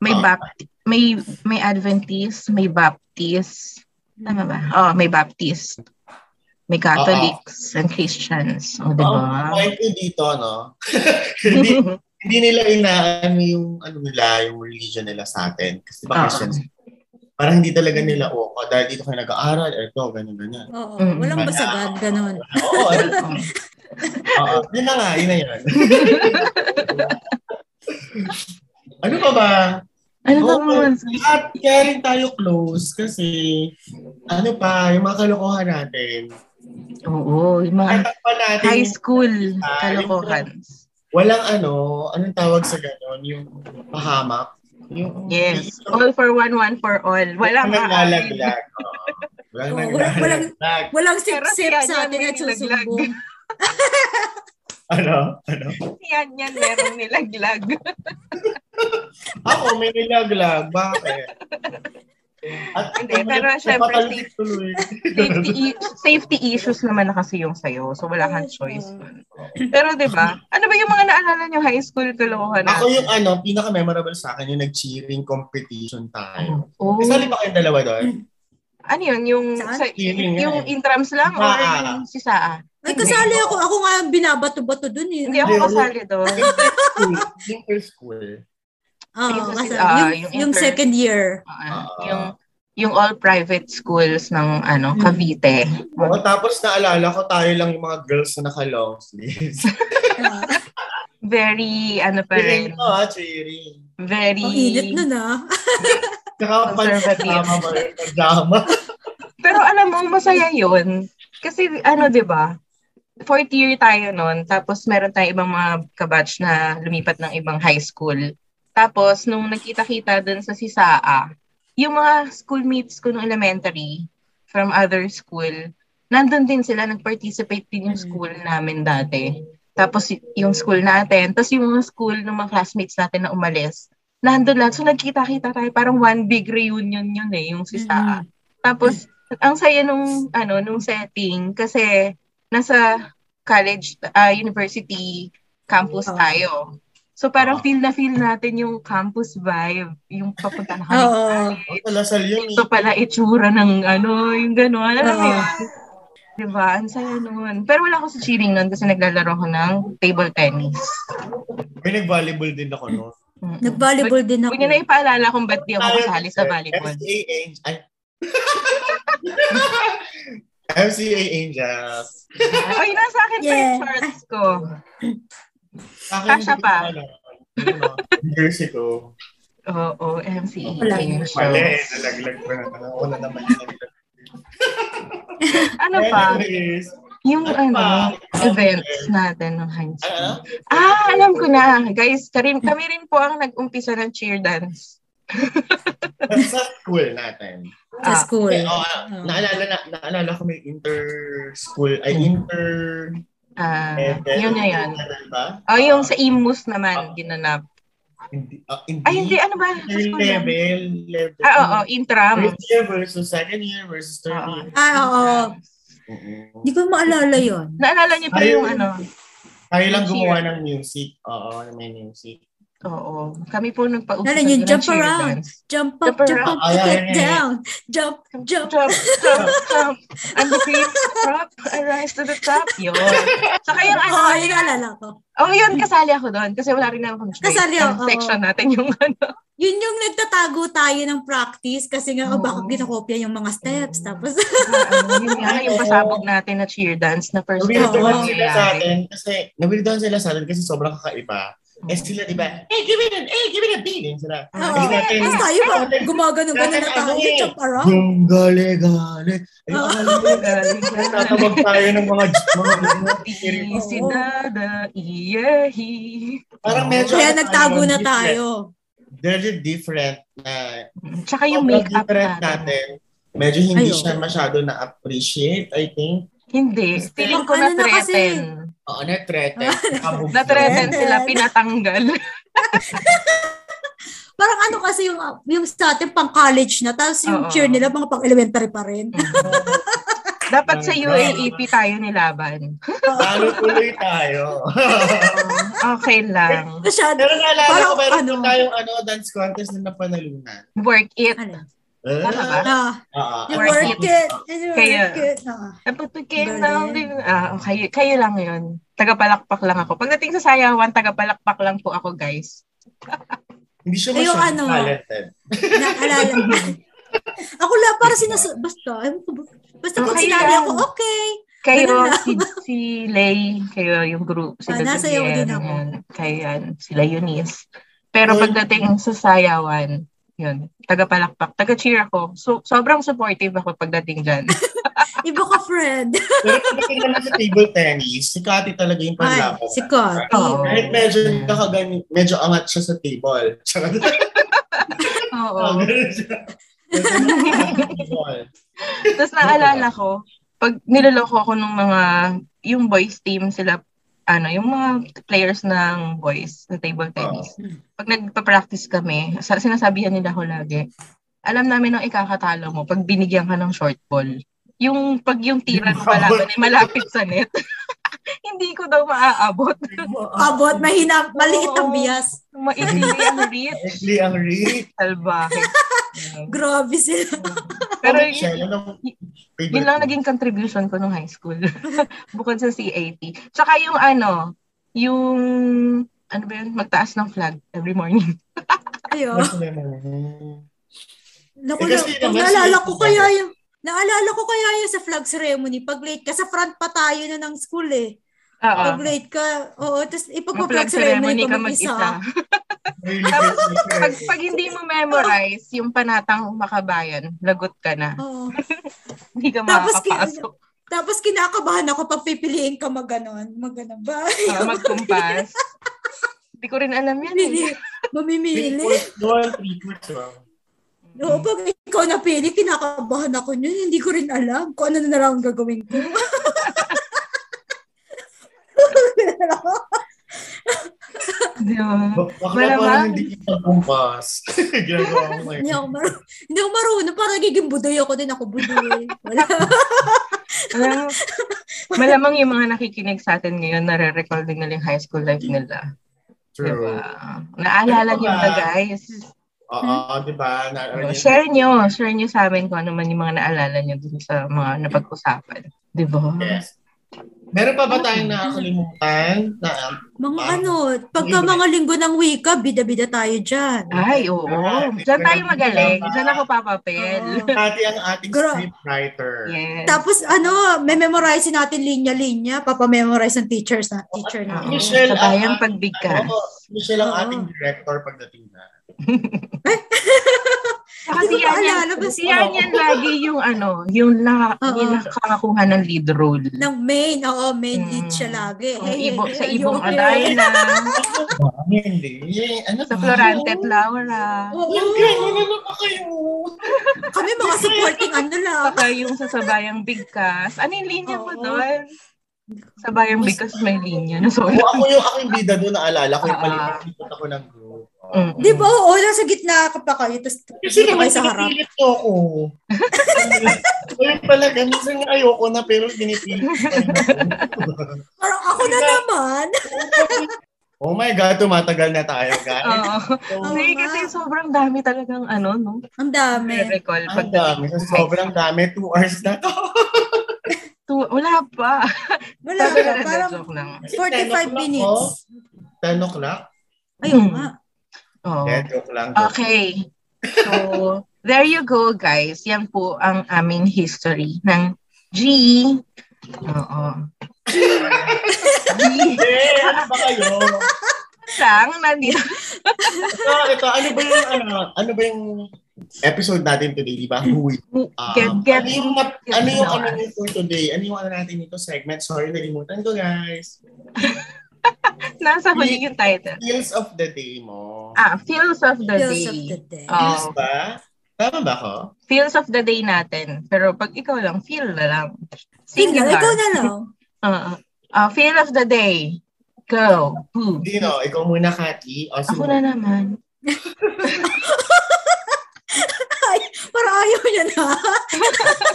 E: may
F: Oo.
E: Baptist, may, may Adventist, may Baptist. Tama ba? Oh, may Baptist. May Catholics and Christians. O, di
F: Oo,
E: ba?
F: point ko dito, no? hindi, hindi nila inaano yung ano nila, yung religion nila sa atin. Kasi
E: Ah.
F: ba Christians, parang hindi talaga nila oo. dahil dito kayo nag-aaral, eto, ganyan, ganyan.
D: Oo,
E: Mm.
D: walang basagad, ganun.
F: Oo, ano, oo. Yun na nga, yun na yun. ano pa ba?
E: ano ba
F: Oo,
E: mga
F: At kaya rin tayo close kasi ano pa, yung mga kalokohan natin.
E: Oo, yung mga
F: Tatakpan natin.
E: Ah, high
F: yung-
E: school
F: Ah,
E: kalokohan.
F: Walang ano, anong tawag sa ganon? Yung pahamak. Yung,
E: Yes. Oh, All for one, one for all. Wala
F: Walang
E: nga. ah,
F: naglalaglag. Oo. Walang
D: Oo, walang- walang-
F: naglalaglag.
D: Walang
E: Pero
D: sip-sip
E: siya,
D: sa
E: yan,
D: atin
E: yan,
D: at susumbong.
E: nilaglag.
F: Ano? Ano?
E: Yan, yan. Merong nilaglag.
F: Ako, may nilaglag. Bakit? At,
E: Hindi, pero syempre,
F: napakalakas tuloy.
E: safety, i- safety issues naman na kasi yung sa'yo. So, wala kang choice. nun. Pero, di ba? Ano ba yung mga naalala nyo high school kalokohan?
F: Ako yung ano, pinaka-memorable sa akin yung nag-cheering competition tayo.
E: Oh,
F: Kasali pa kayong dalawa doon?
E: ano yun? Yung,
D: Saan?
E: sa,
F: Yun nga
E: yung
F: eh.
E: intrams lang or
F: Ah.
E: yung si Saa?
D: Ay, kasali ako. Ako nga ang binabato-bato dun eh.
E: Hindi ako
F: Hindi.
E: kasali doon.
F: School, yung first school.
D: Oo,
E: Yung-
D: kasali.
E: ah,
D: Yung,
E: yung
D: yung
E: inter-
D: second year.
E: Ah, yung yung all private schools ng ano
F: Hmm.
D: Mm.
E: Cavite.
F: Oo,
E: Mm.
F: tapos naalala ko tayo lang yung mga girls na naka-long sleeves.
D: Ah,
E: Very ano pa
F: Cheering
E: rin.
F: ko, ah, cheering.
E: Very
D: ang init nun ah.
F: Tsaka
E: Conservative.
F: pajama pa rin, pajama.
E: Pero alam mo, masaya yun. Kasi ano, di ba? Fourth year tayo nun, tapos meron tayong ibang mga kabatch na lumipat ng ibang high school. Tapos, nung nakita-kita dun sa Sisaa, yung mga schoolmates ko nung elementary from other school, nandun din sila, nag-participate din yung school namin dati. Tapos, y- yung school natin, tapos yung mga school ng mga classmates natin na umalis, nandun lahat. So, nagkita-kita tayo, parang one big reunion yun eh, yung Sisaa. Tapos, ang saya nung ano nung setting kasi nasa college ah, university campus
D: Oo.
E: tayo. So parang
F: Oo.
E: feel na feel natin yung campus vibe, yung papunta na kami.
D: Oo.
F: Oh, talasal yun eh.
E: Ito pala itsura ng ano, yung gano'n. Alam mo
D: Oo.
E: yun? Diba? Ang saya nun. Pero wala ako sa cheering nun kasi naglalaro ko ng table tennis.
F: May nag-volleyball din ako noon.
E: Mm-mm.
D: Nag-volleyball din
E: Huwag
D: ako.
E: niyo na ipaalala kung ba't di ako kasali sa volleyball.
F: FCA Angel. Ay, MCA Angels.
E: Ay, Diba? nasa akin pa yung
A: Yeah.
E: shorts ko.
F: Akin,
E: Kasha pa.
F: ano, ano, Years ago.
E: Oo, E MCA
D: Wala.
E: Angels.
F: Mali, nalaglag ko na. Ano, Wala naman yung nalaglag.
E: Ano pa?
F: Anyways,
E: Yung
F: Ano
E: ano,
F: pa?
E: events natin ng high
F: ano?
E: school. Ah, alam ko na. Guys, kami, kami rin po ang nag-umpisa ng cheer dance.
F: But sa school natin.
D: Sa
E: Ah,
D: school.
F: Okay, oh, ah, naalala, na, naalala ko may inter-school, ay inter...
E: Ah,
F: level.
E: Hmm. yun na yun.
F: Level ba?
E: O, yung
F: Ah,
E: sa IMUS naman, ginanap.
F: Hindi, ah, hindi.
E: Ay, hindi. Ano ba? Sa
F: Third
E: school yun?
F: level. level.
E: Ah, oo, oo, intrams.
F: First year versus second year versus third
E: Oo.
F: year.
D: Ah, oo.
F: Oo.
D: Hindi ko maalala yon.
E: Naalala niyo pa
F: Ayun.
E: yung ano?
F: Tayo lang
E: Cheer.
F: gumawa ng music. Oo, may music.
E: Oo. Kami po nagpa-umpisa
D: Alam niyo,
E: ng
D: jump
E: cheer
D: around.
E: dance.
D: Jump up,
E: Jump
D: jump up,
F: around.
D: to
F: Ayan,
D: get
F: ayan,
D: down. Jump, jump.
E: Jump, jump, jump, jump. And the cream crop, I rise to the top. Yun. Saka yung ano,
D: Oo,
F: eh.
D: yun naalala ko.
E: oh, yun, kasali ako doon. Kasi wala rin akong choice.
D: Kasali ako,
E: Ang section natin yung ano.
D: Yun yung nagtatago tayo ng practice kasi nga,
E: Oo.
D: oh, baka ginokopya yung mga steps. Tapos,
E: ano, yun nga, yung pasabog natin na cheer dance na first time
F: Nawildo
E: ko
F: lang sila sa
E: nangyayari.
F: atin kasi nawildo sila sa atin kasi sobrang kakaiba. Eh sila, di ba? Eh, give it an eh, give it a B. Yun sila.
D: oo.
F: Hindi natin-
D: Tapos tayo ba,
F: natin-
D: gumagano-gano na
F: natin
D: tayo,
F: ano eh.
D: jump around.
F: Yung gale-gale. Ay,
D: Oo.
F: akala mo, Tatawag tayo ng mga mga mga-
E: Si Dada, iyehi.
F: Parang medyo
D: Kaya
F: ano
D: nagtago
F: tayo,
D: na
F: different.
D: tayo.
F: Very different na
E: Tsaka yung
F: sobrang
E: makeup
F: different
E: natin.
F: Oh, natin. Medyo hindi
D: Ayun.
F: siya masyado na-appreciate, I think.
E: Hindi. Feeling ko
D: Ano na kasi?
E: na-threaten.
F: Oo, na-threaten. Kabog-
E: Ah. Na-threaten sila,
D: Threaten.
E: pinatanggal.
D: Parang ano kasi yung, yung sa atin pang college na, tapos yung
E: Oo.
D: cheer nila mga pang elementary pa rin.
E: Dapat sa
F: Ang
E: UAAP tayo nilaban.
F: Talo tuloy tayo.
E: Okay lang.
D: Masyado.
F: Pero naalala
D: Parang
F: ko, meron
D: ano?
F: ano? tayong ano, dance contest na napanalunan.
E: Work it.
D: Ano?
F: Eh,
E: Tama ba?
D: Ah,
F: Oo.
D: you
E: Work
D: work it. You
E: Kaya-
D: work it. Ah.
E: Napatukin
D: Galing.
E: ng Ah, kayo, kayo lang yun. Tagapalakpak lang ako. Pagdating sa sayawan, tagapalakpak lang po ako, guys.
F: Hindi siya
D: Ayun,
F: masyadong
D: ano?
F: talented.
D: Naalala ko. ako lang, para sinas... Basta, ewan ko ba- basta kung
E: Okay
D: sinabi
E: lang.
D: ako, okay.
E: Kayo,
D: Ganun lang.
E: si, si Lay, kayo yung group. Si
D: Ah, nasa iyo din ako.
E: Kayan, ah, sila Eunice. Pero
F: Oy.
E: pagdating sa sayawan, yun, tagapalakpak, taga-cheer ako. So, sobrang supportive ako pagdating dyan.
D: Iba ka, friend.
F: Pero pagdating naman sa table tennis, si Kati talaga yung
D: Ay,
F: panlaban.
D: si Oh. Cotty.
E: Oo.
F: Kahit medyo nakagani, medyo angat siya sa table. Tsaka
E: Oo.
F: ganun siya. Medyo angat sa table.
E: Tapos naalala ko, pag niloloko ako ng mga, yung boys team sila, ano, yung mga players ng boys na table tennis. Pag nagpa-practice kami, sa- sinasabihan nila ako lagi, alam namin ang ikakatalo mo pag binigyan ka ng short ball. Yung pag yung tira ng kalaban ay malapit sa net. Hindi ko daw maaabot.
D: Abot, mahina, maliit ang
E: Oo.
D: bias.
E: Maitili ang reach.
F: Actually, ang real.
E: Salbahe.
D: Grabe sila.
E: Pero
F: Pero
E: yun, Yun lang naging contribution ko nung high school. Bukod sa CAT. Tsaka yung ano, yung, ano ba yun, magtaas ng flag every morning.
D: Ayun.
F: Hindi
D: Naku,
F: Eh, kasi
D: na- pag
F: naman
D: naalala
F: sila-
D: ko kaya yung, naalala ko kaya yung sa flag ceremony, pag late ka, sa front pa tayo na ng school eh.
E: Oo.
F: Ah.
D: Pag late ka, oo, tapos
E: Mag
D: ipagpa-flag
E: flag ceremony ka
D: mag-isa.
E: mag-isa. Pag, pag hindi mo memorize yung panatang makabayan, lagot ka na.
D: Oo.
E: Hindi ka
D: Tapos kin-
E: makakapasok.
D: Tapos kinakabahan ako pag pipiliin ka mag ganon. Mag ano ba?
E: Uh, magkumpas. Hindi ko rin alam yan. Eh.
D: Pili- Mamimili.
F: Hindi
D: Oo, pag ikaw napili, kinakabahan ako yun. Hindi ko rin alam kung ano na lang ang gagawin ko.
E: Diba? Wala ba?
F: kita kumpas. Ginagawa ko ngayon.
D: hindi ako marunong. Hindi ako marunong. Parang nagiging budoy ako din ako budoy. Wala.
E: Alam, mo, malamang yung mga nakikinig sa atin ngayon, nare-recall din nila yung high school life nila.
F: True.
E: Diba? Naalala
F: Ano
E: niyo
F: ba?
E: ba guys?
F: Oo, diba? di ba? Naalala
E: Ano,
F: niyo-
E: share niyo, share niyo sa amin kung ano man yung mga naalala niyo dun sa mga napag-usapan. Di ba?
F: Yes. Meron pa ba tayong nakakalimutan? Na, um,
D: Mga
F: Ah.
D: ano, pagka mga linggo ng wika, bida-bida tayo dyan.
E: Ay, oo. Diyan tayo magaling. Diyan ako papapel.
D: Oo.
F: Ate ang ating
D: Girl.
F: scriptwriter.
E: Yes.
D: Tapos ano, memorize natin linya-linya, papamemorize ng teachers na, teacher na.
E: Oo.
F: Michelle,
E: Sabayang
F: ah,
E: pagbigkas.
F: Oo, Michelle ang
D: Oo.
F: ating director pagdating na.
E: Saka
D: Hindi ko
E: si Yanyan,
D: maalala, basta-
E: si Yanyan lagi yung ano, yung, na,
D: Oo.
E: yung nakakakuha ng lead role.
D: Ng main, oo, main
E: Mm.
D: lead siya lagi. Eh,
E: Yung
D: Hey,
E: ibo,
D: hey,
E: sa
D: hey,
E: ibong
D: ayun,
E: alay na,
F: Ah, Hindi. Ano
E: sa
F: ba?
E: Florante at Laura.
D: Oo,
F: Yung ganyan ano ba kayo?
D: kami mga supporting ano lang.
E: Saka yung sa Sabayang Bigkas. Ano yung linya mo
D: Oo.
E: doon? Sabayang Bigkas may linya. Nasorry.
F: O, ako yung aking bida doon, naalala ko yung palipat ako ng group.
E: Mm.
D: Di ba, oo, nasa gitna ka pa kayo, tapos
F: Kasi
D: dito
F: naman,
D: kayo sa harap.
F: pinipilit niyo ako. Kaya pala, minsan nga ayoko na, pero pinipilit ko pa rin ako.
D: Parang ako na naman.
F: Oh my God, tumatagal na tayo, guys.
E: Oo.
F: So,
E: Hindi, kasi sobrang dami talagang ano, no?
D: Ang dami.
E: recall
F: ang
E: pag
F: dami. Sobrang dami. Two hours na to.
E: tu- wala pa.
D: Wala
E: Sabi
D: ka,
E: na
D: parang
E: joke lang.
D: 45 minutes.
F: 10 o'clock?
D: Ayun
E: Hmm.
D: nga.
E: Oo.
F: Yeah, joke lang.
E: Ah.
F: joke.
E: Okay. So, there you go, guys. Yan po ang aming history ng G. Oo. G.
F: Eh, ano ba kayo?
E: Lang, nandito.
F: Ito, ito, ano ba yung, ano, ano ba yung episode natin today, di ba? Who is- um,
E: Get, get.
F: ano yung, mat- ano yung
E: get-
F: ano yung for today? Ano yung ano natin ito segment? Sorry, nalimutan ko, guys.
E: Nasa huli yung title.
F: Feels of the day mo.
E: Ah, Feels of the
D: Feels
E: Day.
D: of the day.
E: Oo.
F: Feels ba? Tama ba ako?
E: feels of the day natin. Pero pag ikaw lang, feel na lang.
D: Sige,
E: Singular.
D: ikaw na lang.
E: Oo. Ah, feel of the day. Go. Boo.
F: Dino, ikaw muna, Kati. O,
E: Ako
F: sino?
E: na naman.
D: Parang ayaw niya na.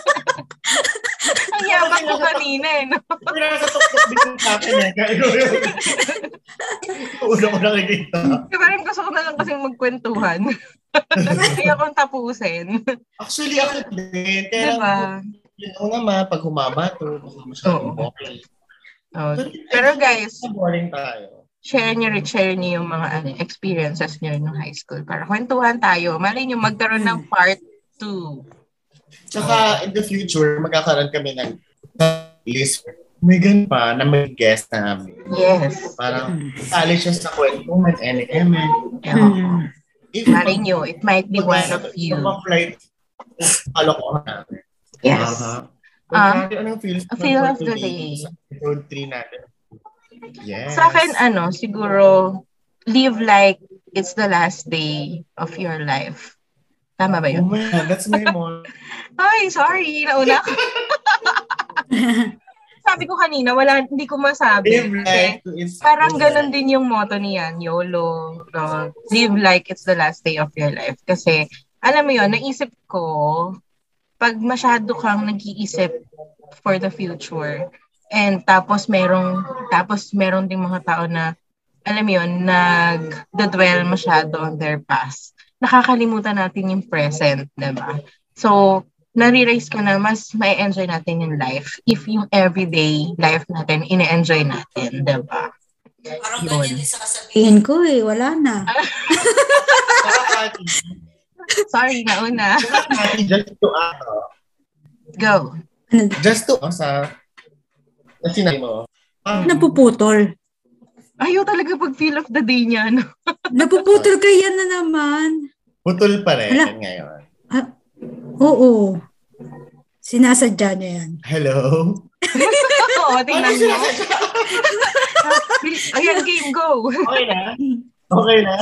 E: Ang yabang ko kanina eh. No?
F: Pero nasa tuktok din yung sa akin eh. Kaya yun yung... Una ko nakikita.
E: Parang gusto ko na lang kasing magkwentuhan. Hindi akong tapusin.
F: Actually, ako din. Kaya
E: Diba?
F: yun ako naman, pag humaba to, baka
E: Oo.
F: masyadong boring.
E: Oh. Pero guys,
F: Basta boring tayo.
E: share niyo rin, share niyo yung mga ano, experiences niyo rin ng high school para kwentuhan tayo. Malay niyo, magkaroon ng part 2.
F: Tsaka, in the future, magkakaroon kami ng list. May ganun pa na may guest namin.
E: Yes.
F: Parang, sali siya sa kwentuhan, NM.
E: Yeah.
F: If
E: Malay niyo, it might be one of you.
F: Mag-flight, kalokohan ano, namin.
E: Yes.
F: Aha.
E: Ah,
F: Kung anong feel,
E: a feel of the day.
F: Sa Episode 3 natin. Yes.
E: Sa akin, ano, siguro, live like it's the last day of your life. Tama ba
F: Oh
E: yun?
F: my God, that's my mom.
E: Ay, sorry, nauna ako. Sabi ko kanina, wala, hindi ko masabi.
F: Live
E: Kasi
F: life to its
E: parang
F: fullest.
E: ganun din yung motto niyan, YOLO. no? live like it's the last day of your life. Kasi, alam mo yun, naisip ko, pag masyado kang nag-iisip for the future, and tapos merong, tapos meron ding mga tao na, alam mo yun, nag-dwell masyado on their past. Nakakalimutan natin yung present, di ba? So, nare-raise ko na mas may enjoy natin yung life if yung everyday life natin, ine-enjoy natin, di ba?
D: Parang
E: Yun. ganyan din
D: sasabihin ko eh, wala na.
F: Saka, Kati,
E: Sorry, nauna.
F: saka, Kati, just to, ano,
E: Go.
F: just to, oh, sa, na sinabi mo, ah,
D: Napuputol.
E: Ayaw talaga pag feel of the day niya, no?
D: Napuputol ka yan na naman.
F: putol pa rin
D: Wala.
F: ngayon.
D: Oo. Sinasadya niya yan.
F: Hello? Ano
E: Oo, tingnan mo. Ayan, game, go.
F: Okay na? Okay na?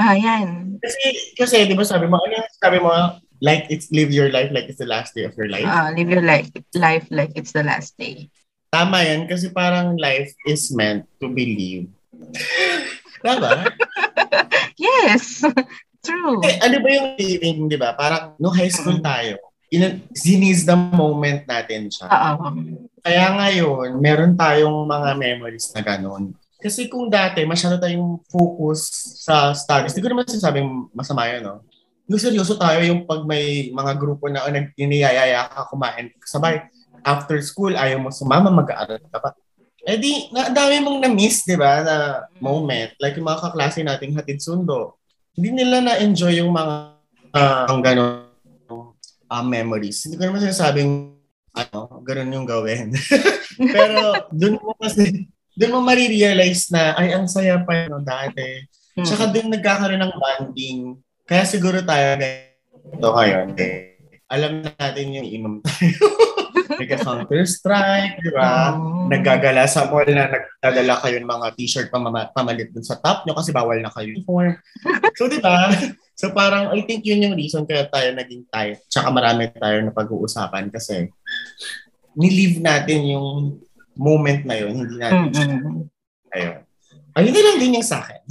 E: Ayan.
F: Kasi, kasi, di ba sabi mo, ano yung sabi mo, like, it's live your life like it's the last day of your life.
E: Ah, live your life, life like it's the last day.
F: Tama yan, kasi parang life is meant to be lived. Tama?
E: Yes! True.
F: Eh, ano ba yung living, di ba? Parang, no high school tayo, in, siniz the moment natin siya.
E: Oo.
F: Kaya ngayon, meron tayong mga memories na ganun. Kasi kung dati, masyado tayong focus sa studies. Hindi ko naman sinasabing masama yun, no? Yung seryoso tayo yung pag may mga grupo na oh, nag- niniyayaya ka kumain sabay. after school, ayaw mo sumama, mag-aaral ka pa. Eh di, na, ang dami mong na-miss, di ba, na moment. Like yung mga kaklase nating hatid sundo, hindi nila na-enjoy yung mga ah, ang gano'ng ah, memories. Hindi ko naman sinasabing ano, ganun yung gawin. Pero dun mo kasi, dun mo marirealize na, ay, ang saya pa yun dati.
E: Mm.
F: Tsaka dun nagkakaroon ng bonding. Kaya siguro tayo ganito ngayon. Eh. Alam na natin yung inom tayo. Nagka-counter-strike, di ba?
E: Oo.
F: Naggagala sa mall na nagdadala kayo ng mga t-shirt pamama- pamalit dun sa top nyo kasi bawal na kayo uniform. So, di ba? So, parang I think yun yung reason kaya tayo naging tight. Tsaka marami tayo na pag-uusapan kasi nilive natin yung moment na yun. Hindi natin mm
E: Mm-mm.
F: Ayun. Ayun na lang din yung sa akin.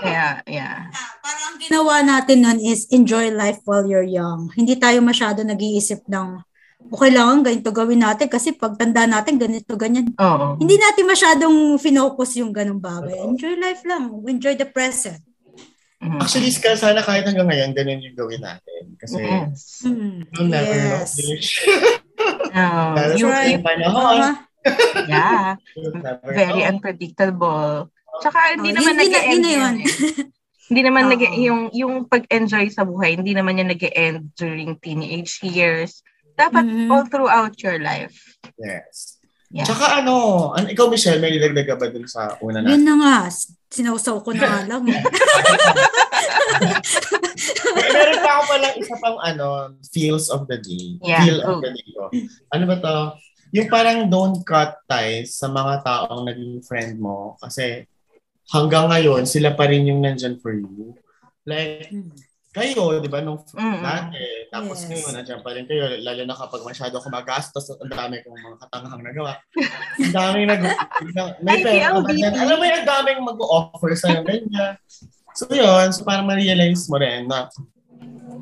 E: Yeah, yeah.
D: Ah, Parang ang ginawa natin nun is enjoy life while you're young. Hindi tayo masyado nag-iisip ng o kailangan ganito gawin natin kasi pagtanda natin ganito ganyan.
E: Oo.
D: Hindi natin masyadong finocus yung ganung bagay. Enjoy life lang. Enjoy the present.
E: Mm.
F: Actually, Ska, sana kahit hanggang ngayon, ganun yung gawin natin. Kasi,
E: Yes.
D: Mm,
F: you'll never
D: yes.
F: know.
E: Oo.
F: Lalo
E: Yung-
F: sa
E: yung-
F: yung panahon,
D: Tama.
E: yeah.
F: you'll never
E: Uh-huh. Very
F: know.
E: unpredictable. Tsaka hindi
D: Oh,
E: naman
D: yun- yun na-
E: nag-e-end
D: yun na yun.
E: yan eh. Hindi naman
D: Oo.
E: nag yung yung pag-enjoy sa buhay, hindi naman yan nag-e-end during teenage years. Dapat
D: Mhm.
E: all throughout your life.
F: Yes.
E: Yeah.
F: Tsaka ano, an- ikaw Michelle, may dagdag ka ba dun sa una
D: Yun
F: natin?
D: na nga. S- Sinausaw ko na nga lang. eh.
F: May- Meron pa ako palang isa pang ano, feels of the day.
E: Yeah.
F: Feel of
E: Oh.
F: the day ko. Ano ba to? Yung parang don't cut ties sa mga taong naging friend mo kasi hanggang ngayon, sila pa rin yung nandyan for you. Like,
E: Hmm.
D: Mm.
F: kayo, di ba, nung
E: Mm-mm.
F: dati, tapos
D: Yes.
F: ngayon, nandiyan pa rin kayo, lalo na kapag masyado kumagastos at ang dami kong mga katanghang nagawa. Ang daming nag... may
E: Ay,
F: pera ka ba
E: TLDR.
F: dyan? Alam mo, yung daming mag-offer sa'yo, ganyan. So yun, so parang ma-realize mo rin na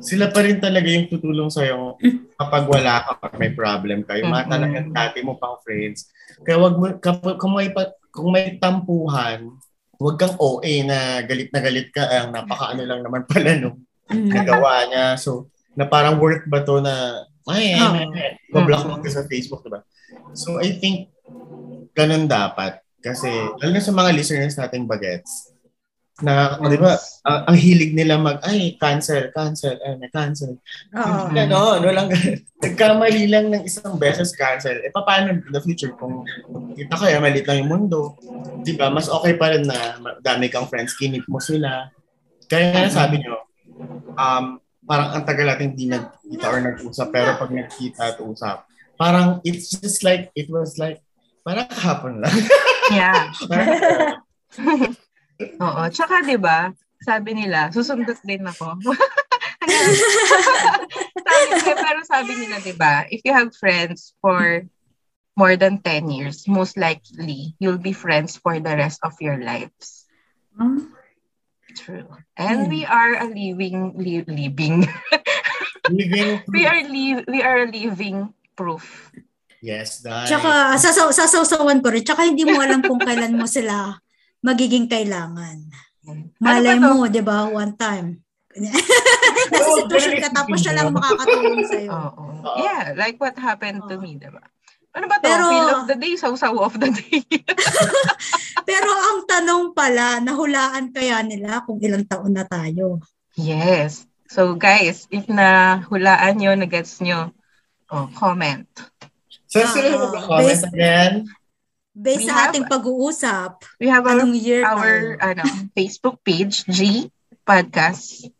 F: sila pa rin talaga yung tutulong sa'yo kapag wala ka, kapag may problem kayo. Mga
E: Mm-mm.
F: talagang dati mo pang friends. Kaya wag mo, kapag, kung, may, pa- kung may tampuhan, wag kang OA na galit na galit ka, ang napakaano lang naman pala nung
D: Mm.
F: nagawa niya. So, na parang worth ba to na, ay, ay, ay, ay, mablock mo ka sa Facebook, diba? So, I think, ganun dapat. Kasi, lalo na sa mga listeners nating bagets, na, di ba, ang, ang hilig nila mag, ay, cancel, cancel, ay, may cancel.
D: Oo.
F: Hindi Ganon, walang ganon. Nagkamali lang ng isang beses cancel. E, paano in the future kung kita ko, eh, maliit lang yung mundo. Di ba, mas okay pa rin na ma- dami kang friends, kinip mo sila. Kaya nga
D: Mm-hmm.
F: sabi nyo, um, parang ang tagal natin hindi nagkita or nag-usap, pero pag nagkita at usap, parang it's just like, it was like, parang kahapon lang.
E: Yeah.
F: parang,
E: Oo. Tsaka 'di ba, sabi nila, susundot din ako. sabi nila, pero sabi nila, 'di ba, if you have friends for more than 10 years, most likely you'll be friends for the rest of your lives.
D: Ah,
E: True. And
D: Hmm.
E: we are a living li- living.
F: living
E: we are li- we are a living proof.
F: Yes, dahil.
D: Tsaka sasaw, sasawsawan ko rin. Tsaka hindi mo alam kung kailan mo sila magiging kailangan. Malay
E: Ano ba to?
D: mo, di ba? One time. Nasa
F: Oo,
D: sitwasyon ka
F: very
D: tapos siya lang
F: interesting.
D: makakatulong sa'yo.
E: Oo.
F: Oo.
E: Yeah, like what happened to
D: Oo.
E: me, 'di ba? Ano ba to?
D: Pero-
E: Feel of the day, saw-saw of the day.
D: Pero ang tanong pala, nahulaan kaya nila kung ilang taon na tayo?
E: yes. So guys, if nahulaan nyo, nagets nyo, oh, comment.
F: So, sino
D: Ah,
F: yung mag-comment
D: based-
F: again?
D: Based
E: We
D: sa
E: have-
D: ating pag-uusap,
E: We have our,
D: anong year
E: our
D: tayo?
E: ano, Facebook page, G Podcast. E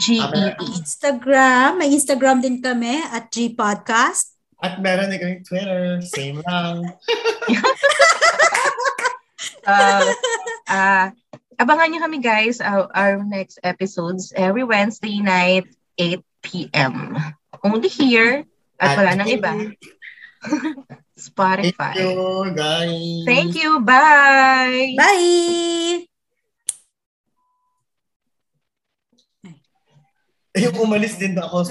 E: G-E-E.
D: Instagram, may Instagram din kami at G Podcast.
F: At meron din kaming Twitter, same lang.
E: Uh, uh, abangan nyo kami guys, our, our next episodes every Wednesday night, 8 p.m. Only here, at wala nang iba,
F: E Thank
E: Spotify.
F: you, guys.
E: Thank you, bye!
D: Bye!
F: Ayun, umalis din ako.